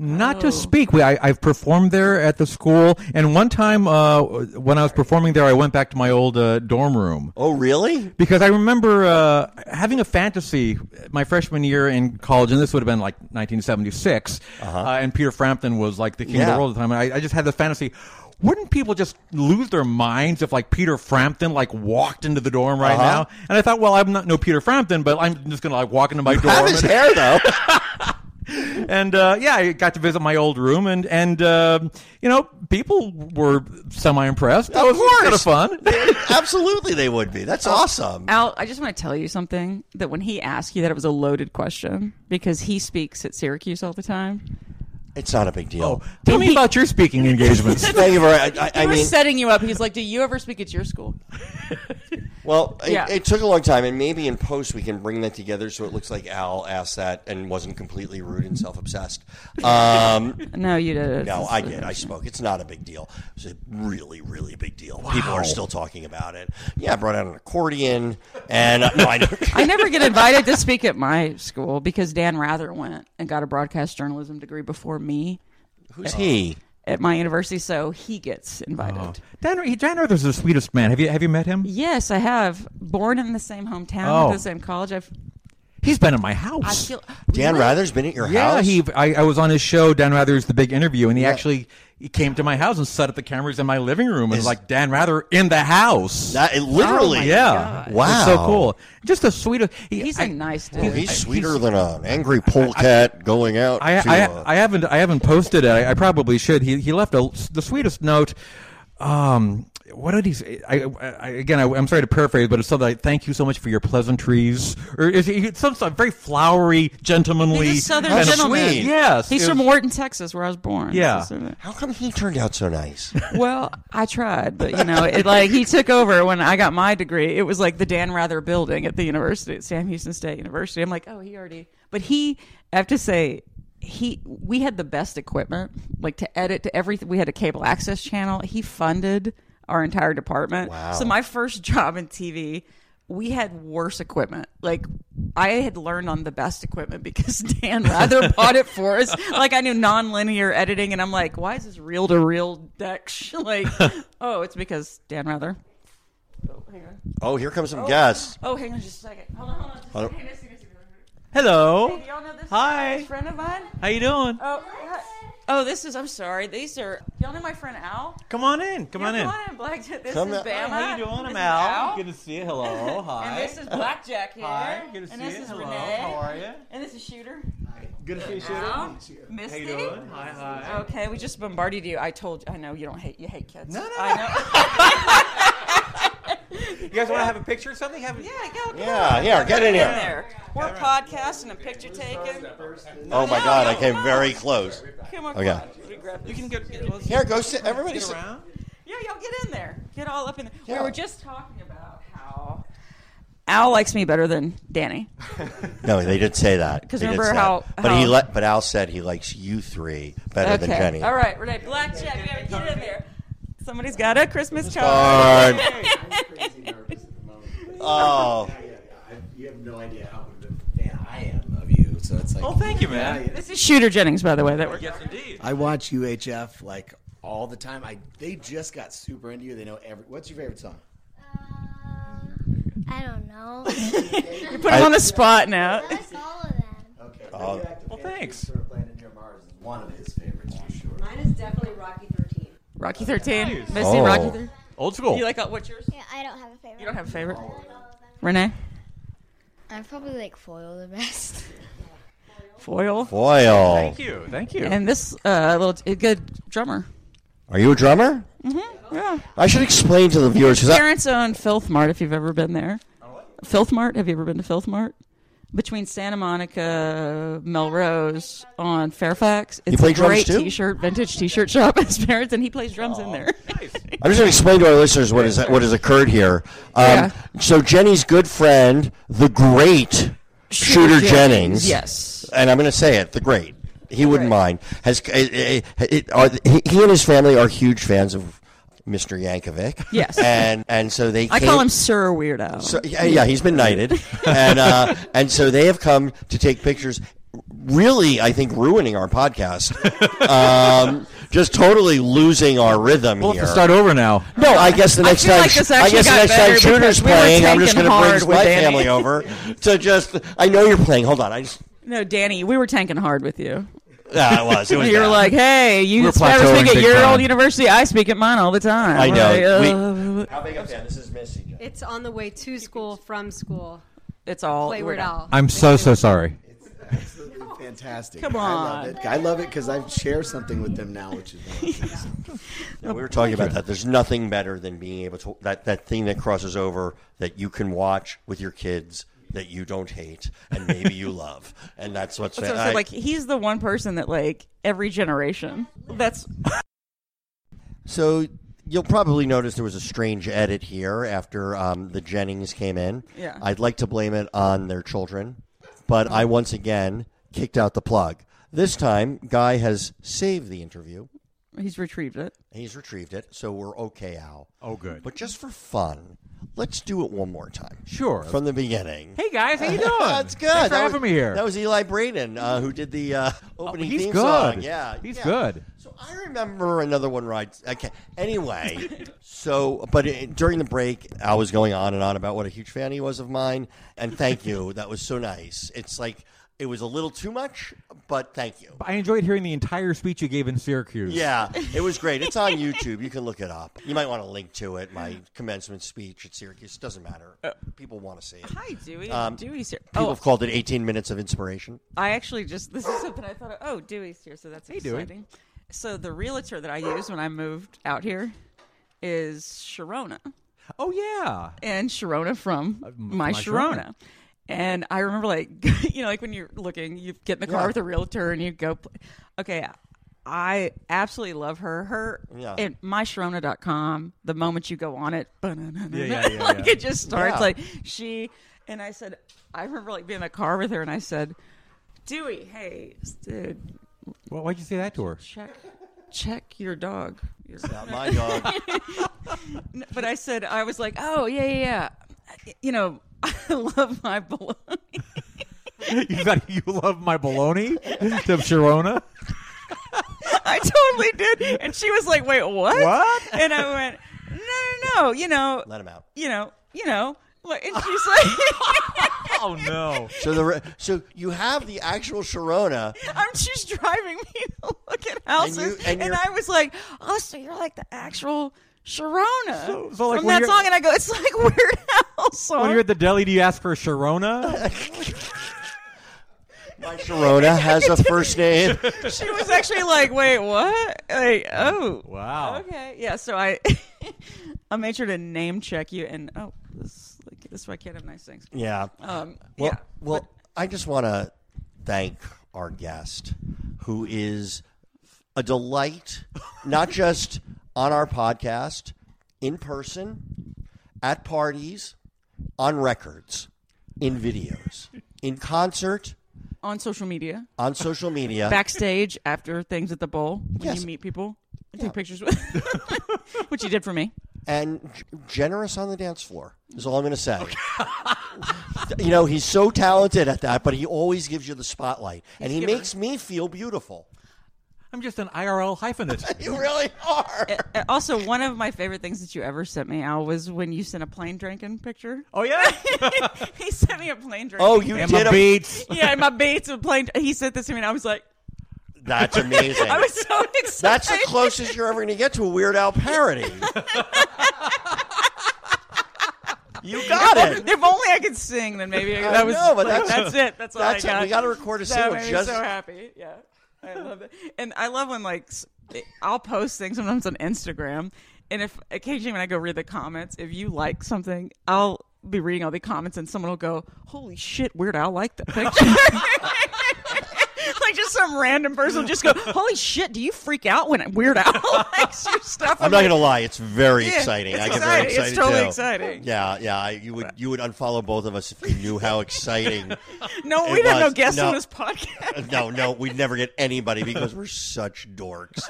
S4: Not
S5: Oh.
S4: to speak, we, I, I've performed there at the school, and one time uh, when I was performing there, I went back to my old uh, dorm room.
S1: Oh, really?
S4: Because I remember uh, having a fantasy my freshman year in college, and this would have been like 1976, uh and Peter Frampton was like the king of
S1: Uh-huh. Yeah.
S4: the world at the time. And I, I just had the fantasy. Wouldn't people just lose their minds if like Peter Frampton like walked into the dorm right
S1: Uh-huh.
S4: now? And I thought, well, I'm not no Peter Frampton, but I'm just gonna like walk into my dorm.
S1: Have his
S4: and-
S1: hair though.
S4: and uh, yeah, I got to visit my old room, and and uh, you know, people were semi impressed. That was kind of fun.
S1: Absolutely, they would be.
S5: Oh,
S1: That's awesome.
S5: Al, I just want to tell you something that when he asked you that, it was a loaded question because he speaks at Syracuse all the time.
S1: It's not a big deal.
S4: Tell me about your speaking engagements.
S1: Thank you for. I, I,
S5: He
S1: I
S5: was
S1: mean,
S5: setting you up. He's like, do you ever speak at your school?
S1: well,
S5: Yeah.
S1: it, it took a long time, and maybe in post we can bring that together so it looks like Al asked that and wasn't completely rude and self obsessed. Um,
S5: No, you did.
S1: No, I did. I spoke. It's not a big deal. It's a really, really big deal. People are still talking about it. Yeah, I brought out an accordion, and uh, no, I don't.
S5: I never get invited to speak at my school because Dan Rather went and got a broadcast journalism degree before me
S1: Who's he?
S5: at my university, so he gets invited.
S1: Oh.
S4: Dan, he- Dan Rather's the sweetest man. Have you have you met him?
S5: Yes, I have. Born in the same hometown,
S4: Oh.
S5: at the same college. I've,
S4: He's been in my
S5: I
S4: house.
S5: feel
S1: Dan
S5: Really?
S1: Rather's been at your
S4: yeah,
S1: house.
S4: he. I, I was on his show, Dan Rather's the big interview, and he actually he came to my house and set up the cameras in my living room, and was like Dan Rather in the house.
S1: That- it literally.
S4: yeah,
S1: God. Wow.
S4: It's so cool. Just the sweetest. he-
S5: He's
S4: I-
S5: a nice dude.
S1: Oh, He's sweeter than an angry polecat going out.
S4: I,
S1: to, uh,
S4: I, I haven't I haven't posted it. I, I probably should. He he left a, the sweetest note. Um, what did he say? I, I, I- again, I, I'm sorry to paraphrase, but it's something like "Thank you so much for your pleasantries," or is he it's some sort of very flowery, gentlemanly,
S5: He's a southern
S4: kind of-
S5: gentleman.
S1: sweet.
S4: Yes,
S5: He's
S4: it
S5: from
S4: was-
S5: Wharton, Texas, where I was born.
S4: Yeah.
S5: So-
S1: how come he turned out so nice?
S5: Well, I tried, but you know, it like he took over when I got my degree. It was like the Dan Rather building at the university, at Sam Houston State University. I'm like, oh, he already. But he, I have to say, he we had the best equipment, like to edit to everything. We had a cable access channel. He funded our entire department.
S1: Wow.
S5: So my first job in TV. We had worse equipment. Like I had learned on the best equipment because Dan Rather bought it for us. Like I knew nonlinear editing, and I'm like, why is this reel to reel Dex? Like, oh, it's because Dan Rather. Oh, hang on.
S1: oh, here comes some guests.
S5: Oh, hang on just a second. Hold on, hold on. Just
S1: Hold
S5: hold
S1: on.
S5: Hey, this, this, this.
S6: Hello.
S5: Y'all know this
S6: Hi.
S5: friend of mine?
S6: How you doing?
S5: Oh, hi. oh, this is. I'm sorry. These are. Y'all know my friend Al.
S6: Come on in. Come
S5: Yeah,
S6: on in.
S5: Come on in, Blackjack. This
S1: Come
S5: is
S1: on.
S5: Bama.
S6: How you doing?
S5: This
S6: I'm
S5: is
S6: Al. Good to see you. Hello. Hi.
S5: And this is Blackjack here.
S6: Hi. Good to see
S5: and this
S6: you.
S5: is
S6: Hello.
S5: Renee.
S6: How are you?
S5: And this is Shooter.
S6: Good to see you.
S5: Al.
S6: How
S5: Misty.
S6: you doing? Hi. Hi.
S5: Okay, we just bombarded you. I told you. I know you don't hate. You hate kids.
S6: no,
S5: I know.
S6: You guys want to have a picture or something? Have a-
S5: Yeah, go, go.
S1: Yeah, here, get in here.
S5: there. We're podcasting and picture taking.
S1: Oh my God, I came very close.
S5: Come on,
S1: Okay.
S5: come on. Let me grab
S6: You
S5: this.
S6: can get. Let's
S1: Here, go sit. Everybody
S6: get
S1: sit.
S6: around.
S5: Yeah, y'all get in there. Get all up in there.
S1: Yeah.
S5: We were just talking about how Al likes me better than Danny.
S1: No, they did say that.
S5: 'Cause
S1: They did
S5: remember
S1: say that.
S5: how-
S1: But he
S5: how-
S1: let. But Al said he likes you three better than Jenny.
S5: All right, Renee. Blackjack, yeah, get in there. Somebody's got a Christmas card.
S1: Darn.
S7: crazy nervous at the moment. but-
S1: Oh.
S7: Yeah, yeah, yeah. I, you have no idea how good of a fan I am of you. So it's like.
S6: Oh, thank you, man.
S5: This is Shooter Jennings, by the way. That we're
S6: Yes, indeed.
S7: I watch UHF like all the time. I they just got super into you. They know every. What's your favorite song?
S8: Um, I don't know.
S5: You put him on the spot now.
S8: I like all of them.
S7: Okay. Well,
S4: thanks.
S7: Planet Near Mars is one of his favorites for sure.
S9: Mine is definitely Rocky 13.
S5: Rocky 13. Missy,
S4: Oh.
S5: Rocky 13.
S4: Old school.
S5: You like all, what's yours?
S8: Yeah, I don't have a favorite.
S5: You don't have a favorite? Renee?
S8: I probably like foil the best.
S5: Foil.
S1: Foil.
S4: Thank you. Thank you.
S5: And this uh, little a good drummer.
S1: Are you a drummer?
S5: Yeah.
S1: I should explain to the viewers because
S5: Parents own Filth Mart if you've ever been there. Filth Mart? Have you ever been to Filth Mart? Between Santa Monica, Melrose, on Fairfax. It's
S1: play
S5: a
S1: drums
S5: great
S1: too?
S5: t-shirt, vintage t-shirt shop as parents, and he plays drums in there.
S1: I'm just going to explain to our listeners what is what has occurred here. Um,
S5: Yeah.
S1: So Jenny's good friend, the great Shooter,
S5: Jennings,
S1: Jennings,
S5: yes.
S1: and I'm going to say it, the great. He wouldn't mind. Has it, it, are, he he and his family are huge fans of Mr. Yankovic.
S5: Yes.
S1: and and so they.
S5: I
S1: came-
S5: call him Sir Weirdo.
S1: So, yeah, yeah, he's been knighted, and uh, and so they have come to take pictures. Really, I think ruining our podcast, um, just totally losing our rhythm
S4: we'll
S1: here.
S4: have to start over now.
S1: No, I guess the next
S5: feel
S1: time
S5: like this
S1: I
S5: actually
S1: guess the
S5: got
S1: next
S5: better
S1: time Shooter's
S5: because we were
S1: playing, I'm just
S5: tanking
S1: going to
S5: hard
S1: bring
S5: with
S1: my
S5: Danny.
S1: family over to just. I know you're playing. Hold on, I just.
S5: no, Danny, we were tanking hard with you.
S1: Yeah, it was. It was
S5: You were
S1: bad.
S5: like, hey, you
S4: We're
S5: Spanish
S4: plateauing
S5: speak at
S4: big
S5: your
S4: time.
S5: old university. I speak at mine all the time.
S1: I
S5: Like,
S1: know.
S5: uh,
S1: We- How big a fan? This is Missy.
S9: It's on the way to school, from school.
S5: it's all
S9: Play
S5: Weird
S9: Weird
S5: Al.
S9: Al.
S4: I'm so so sorry.
S7: Absolutely fantastic.
S5: Come
S7: I love it. I love it because I share something with them now, which is wonderful.
S1: Yeah, we were talking about that. There's nothing better than being able to that that thing that crosses over that you can watch with your kids that you don't hate and maybe you love, and that's what's
S5: That's what I'm
S1: I-
S5: saying. Like he's the one person that like every generation. That's
S1: So you'll probably notice there was a strange edit here after um, the Jennings came in.
S5: Yeah.
S1: I'd like to blame it on their children, but I once again kicked out the plug. This time, Guy has saved the interview.
S5: he's retrieved it.
S1: He's retrieved it, so we're okay, Al.
S4: Oh, good.
S1: But just for fun, let's do it one more time.
S4: Sure.
S1: From the beginning.
S4: Hey guys, how you doing?
S1: That's good.
S4: Thanks for
S1: that
S4: having
S1: was,
S4: me here. Oh,
S1: That was Eli Braden uh, who did the uh, opening
S4: he's
S1: theme
S4: good.
S1: song. Yeah,
S4: He's
S1: yeah.
S4: good.
S1: So I remember another one right. Okay. Anyway, so but it, during the break, I was going on and on about what a huge fan he was of mine, and thank you. That was so nice. It's like it was a little too much, but thank you.
S4: I enjoyed hearing the entire speech you gave in Syracuse.
S1: Yeah, it was great. It's on YouTube. You can look it up. You might want to link to it. My commencement speech at Syracuse doesn't matter.
S4: Uh,
S1: People want to see it.
S5: Hi Dewey. Dewey's here.
S1: Um, People
S5: Oh,
S1: have called it 18 minutes of inspiration.
S5: I actually just this is something I thought. Of. Oh, Dewey's here, so that's
S4: Dewey.
S5: exciting. So the realtor that I used when I moved out here is Sharona,
S4: Oh yeah.
S5: and Sharona from my,
S4: Uh, my
S5: Sharona.
S4: Sharona.
S5: And I remember, like, you know, like when you're looking, you get in the car with a realtor and you go, pl- okay, I absolutely love her. Her
S1: Yeah.
S5: and mysharona.com, the moment you go on it, ba-na-na-na-na,
S4: Yeah, yeah, yeah,
S5: like
S4: yeah.
S5: it just starts
S1: Yeah.
S5: like she, and I said, I remember like being in the car with her and I said, Dewey, hey, s- dude,
S4: Well, why'd you say that to her?
S5: check, check your dog. Your-
S1: Not my dog.
S5: but I said, I was like, oh, yeah, yeah, yeah. You know, I love my baloney.
S4: you got you love my baloney to Sharona.
S5: I totally did. And she was like, "Wait, what?"
S4: What?
S5: And I went, "No, no, no. You know,
S1: Let him out.
S5: you know, you know." Like, And she's like,
S4: Oh no.
S1: So the re- so you have the actual Sharona.
S5: "I'm she's driving me to look at houses,"
S1: And
S5: and,
S1: you- and you're-
S5: I was like, "Oh, so you're like the actual." Sharona
S4: So- so, like,
S5: from
S4: when
S5: that
S4: you're-
S5: song, and I go, it's like Weird Al song.
S4: When you're at the deli, do you ask for Sharona?
S1: My Sharona has a first name.
S5: she was actually like, wait, what? Like, oh,
S4: Wow.
S5: okay, yeah. So I, I made sure to name check you, and oh, this like this is why I can't have nice things.
S1: Yeah.
S5: Um,
S1: Well,
S5: yeah.
S1: well, I just want to thank our guest, who is a delight, not just on our podcast, in person, at parties, on records, in videos, in concert,
S5: on social media,
S1: on social media.
S5: backstage after things at the bowl when
S1: Yes.
S5: you meet people, and take pictures with, which you did for me.
S1: and g- generous on the dance floor is all I'm going to say. you know, he's so talented at that, but he always gives you the spotlight, and he
S5: giver.
S1: makes me feel beautiful.
S4: I'm just an IRL hyphenate.
S1: You really are.
S5: Uh, Also, one of my favorite things that you ever sent me, Al, was when you sent a plane drinking picture.
S4: oh yeah,
S5: he sent me a plane drinking.
S1: Oh, you
S4: and
S1: did
S4: my
S1: a
S4: beats.
S5: yeah, and my baits with plane. He sent this to me, and I was like,
S1: That's amazing.
S5: I was so excited.
S1: That's the closest you're ever going to get to a Weird Al parody. you got it.
S5: If only I could sing, then maybe I,
S1: I
S5: that was.
S1: know, but
S5: like,
S1: that's-
S5: that's, it. That's all
S1: That's
S5: I
S1: it.
S5: got.
S1: We got to record a
S5: That
S1: single
S5: made me
S1: just.
S5: so happy. Yeah, I love it, and I love when like s- I'll post things sometimes on Instagram, and if occasionally when I go read the comments, if you like something, I'll be reading all the comments, and someone will go, "Holy shit, Weird Al like that picture." Like just some random person will just go, holy shit! Do you freak out when Weird Al likes your stuff?
S1: I'm not going to lie. It's very
S5: Yeah,
S1: exciting.
S5: it's
S1: I get
S5: exciting.
S1: very
S5: It's
S1: excited
S5: totally
S1: too.
S5: exciting.
S1: Yeah, yeah. I- You would you would unfollow both of us if you knew how exciting.
S5: No, we
S1: It
S5: have no
S1: was-
S5: guests
S1: no.
S5: on this podcast.
S1: Uh, no, no, we'd never get anybody because we're such dorks.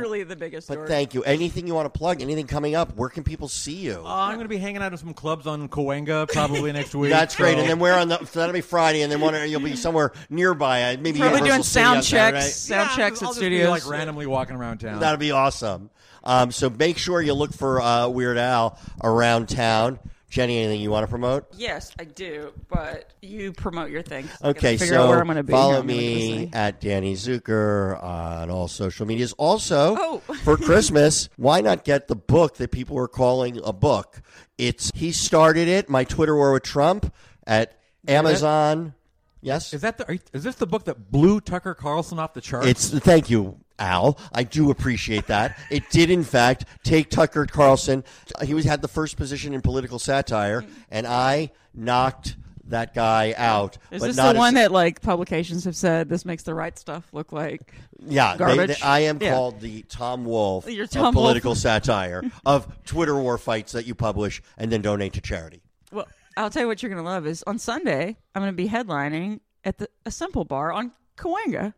S5: Truly the biggest.
S1: Uh, But
S5: dork.
S1: thank you. Anything you want to plug? Anything coming up? Where can people see you?
S5: Oh,
S4: Uh, I'm going to be hanging out in some clubs on Cahuenga probably next week.
S1: That's
S4: so-
S1: great. And then we're on the. So that'll be Friday, and then one you'll be somewhere nearby. uh, Maybe
S5: Probably
S1: Universal
S5: doing
S1: City on
S5: sound
S1: Saturday.
S5: checks, sound
S4: Yeah,
S5: checks
S4: I'll
S5: at
S4: just be,
S5: studios.
S4: like randomly walking around town.
S1: That'll be awesome. Um, so make sure you look for uh, Weird Al around town. Jenny, anything you want to promote?
S5: Yes, I do, but you promote your thing. 'cause I gotta
S1: Okay,
S5: figure
S1: so
S5: out where I'm gonna be.
S1: follow
S5: here when we do this
S1: me
S5: thing.
S1: at Danny Zucker on all social medias. Also,
S5: Oh.
S1: for Christmas, why not get the book that people were calling a book? It's he started it. My Twitter war with Trump at Amazon. Yes,
S4: Is that the? Are you, is this the book that blew Tucker Carlson off the charts?
S1: It's thank you, Al. I do appreciate that. It did, in fact, take Tucker Carlson. He was had the first position in political satire,
S5: Mm.
S1: and I knocked that guy out.
S5: Is
S1: but
S5: this
S1: not
S5: the one
S1: as,
S5: that like publications have said this makes the right stuff look like?
S1: Yeah, they-
S5: garbage?
S1: they- I am
S5: Yeah.
S1: called the Tom Wolf
S5: You're
S1: of
S5: Tom Wolfe.
S1: political satire of Twitter war fights that you publish and then donate to charity.
S5: Well, I'll tell you what you're gonna love is on Sunday I'm gonna be headlining at the a simple bar on Cahuenga,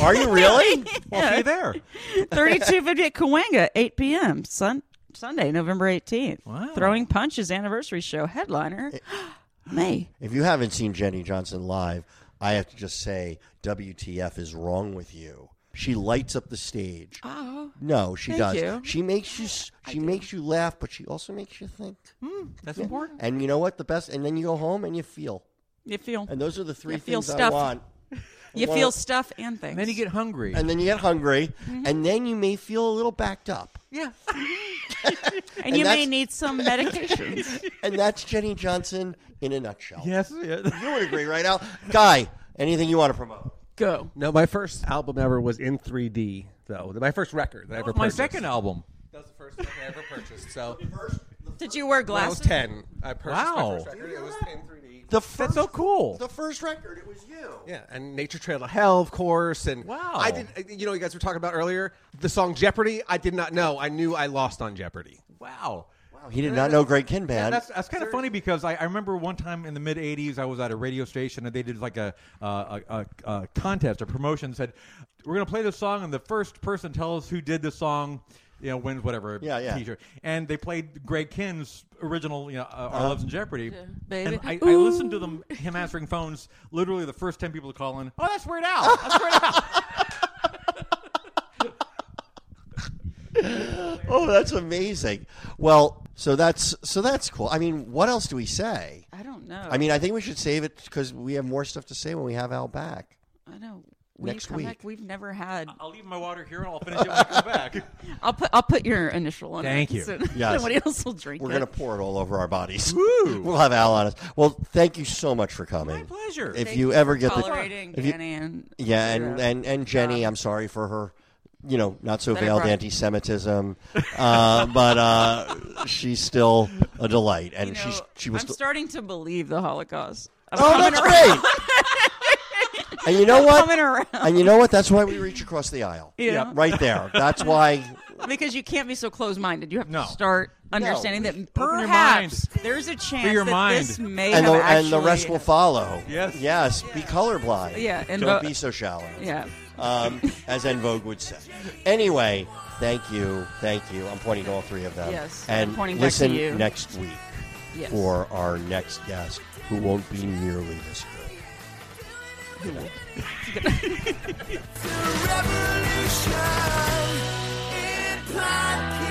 S1: Are you really?
S4: well, see you there.
S5: 3250 at Cahuenga, 8 p.m. Sun Sunday, November 18th. Throwing Punches anniversary show headliner. Me.
S1: If you haven't seen Jenny Johnson live, I have to just say, WTF is wrong with you. She lights up the stage. Oh, no, she
S5: thank
S1: does.
S5: you.
S1: She makes you. s- She makes you laugh, but she also makes you think.
S5: Hmm.
S4: That's important.
S1: And you know what? The best. And then you go home and you feel.
S5: You feel
S1: And those are the three
S5: You feel
S1: things I
S5: stuff.
S1: want.
S5: you
S1: wanna-
S5: feel stuff and things.
S4: And then you get hungry.
S1: And then you get hungry,
S5: Mm-hmm.
S1: and then you may feel a little backed up.
S4: yeah.
S5: and, you may
S1: that's-
S5: need some medications.
S1: And that's Jenny Johnson in a nutshell.
S4: Yes. yeah.
S1: You would agree, right, Al? Guy, anything you want to promote?
S5: Go.
S6: No, my first album ever was in 3D, though. My first record that I ever
S4: My
S6: purchased.
S4: second album.
S6: That was the first record I ever purchased. So
S5: Did you wear
S6: when I was
S5: glasses?
S6: 10, I purchased
S4: Wow.
S6: my first record. It was in 3D.
S1: The first,
S4: That's so cool.
S1: The first record, it was you.
S6: Yeah, and Nature Trail to Hell, of course. And
S4: Wow.
S6: I did. You know, you guys were talking about earlier the song Jeopardy. I did not know. I knew I lost on Jeopardy.
S4: Wow.
S1: He did not know Greg Kinban.
S4: That's, that's kind of funny because I, I remember one time in the mid '80s, I was at a radio station and they did like a uh, a, a, a contest, a promotion. Said we're going to play this song, and the first person tells who did the song, you know, wins whatever
S1: Yeah, yeah.
S4: T-shirt. And they played Greg Kinn's original, you know, uh,
S1: Uh-huh.
S4: Our Loves in Jeopardy.
S5: baby.
S4: And I, I listened to them him answering phones. Literally, the first ten people to call in. Oh, that's Weird Al. That's Weird Al.
S1: Oh, that's amazing. Well, so that's so that's cool. I mean, what else do we say?
S5: I don't know.
S1: I mean, I think we should save it because we have more stuff to say when we have Al back.
S5: I know. Will
S1: Next
S5: you come
S1: week.
S5: Back? We've never had.
S4: I'll leave my water here and I'll finish it when I come back.
S5: I'll put. I'll put your initial on.
S4: Thank
S5: it.
S4: you.
S5: So
S1: Yes.
S5: Somebody else will drink
S1: We're
S5: it.
S1: gonna pour it all over our bodies. We'll have Al on us. Well, thank you so much for coming.
S4: My pleasure.
S1: If
S5: Thank
S1: you ever
S5: for
S1: get the
S5: tolerating
S1: if you-
S5: Danny and
S1: yeah, and and and
S5: Um,
S1: Jenny, I'm sorry for her. You know, not so
S5: That I
S1: veiled
S5: brought-
S1: anti-Semitism, uh, but uh, she's still a delight, and
S5: you know,
S1: she's she was.
S5: I'm
S1: still-
S5: starting to believe the Holocaust. I'm
S1: Oh,
S5: coming
S1: that's
S5: around-
S1: great. and you know what?
S5: Coming around
S1: And you know what? That's why we reach across the aisle.
S5: Yeah.
S1: Right there. That's why.
S5: because you can't be so closed-minded. You have
S4: No.
S5: to start understanding that
S4: Open your
S5: perhaps there's a chance
S4: your
S5: that
S4: mind.
S5: this may
S1: And
S5: have
S1: the,
S5: actually.
S1: and the rest will follow.
S4: Yes.
S1: Yes. Be colorblind.
S5: Yeah, and
S1: Don't
S5: vo-
S1: be so shallow.
S5: Yeah.
S1: Um, as En Vogue would say. Anyway, thank you. Thank you. I'm pointing to all three of them.
S5: Yes,
S1: And
S5: I'm pointing back to
S1: listen
S5: you.
S1: next week
S5: Yes.
S1: for our next guest who won't be nearly this good.
S5: you know.
S3: Revolution in podcast.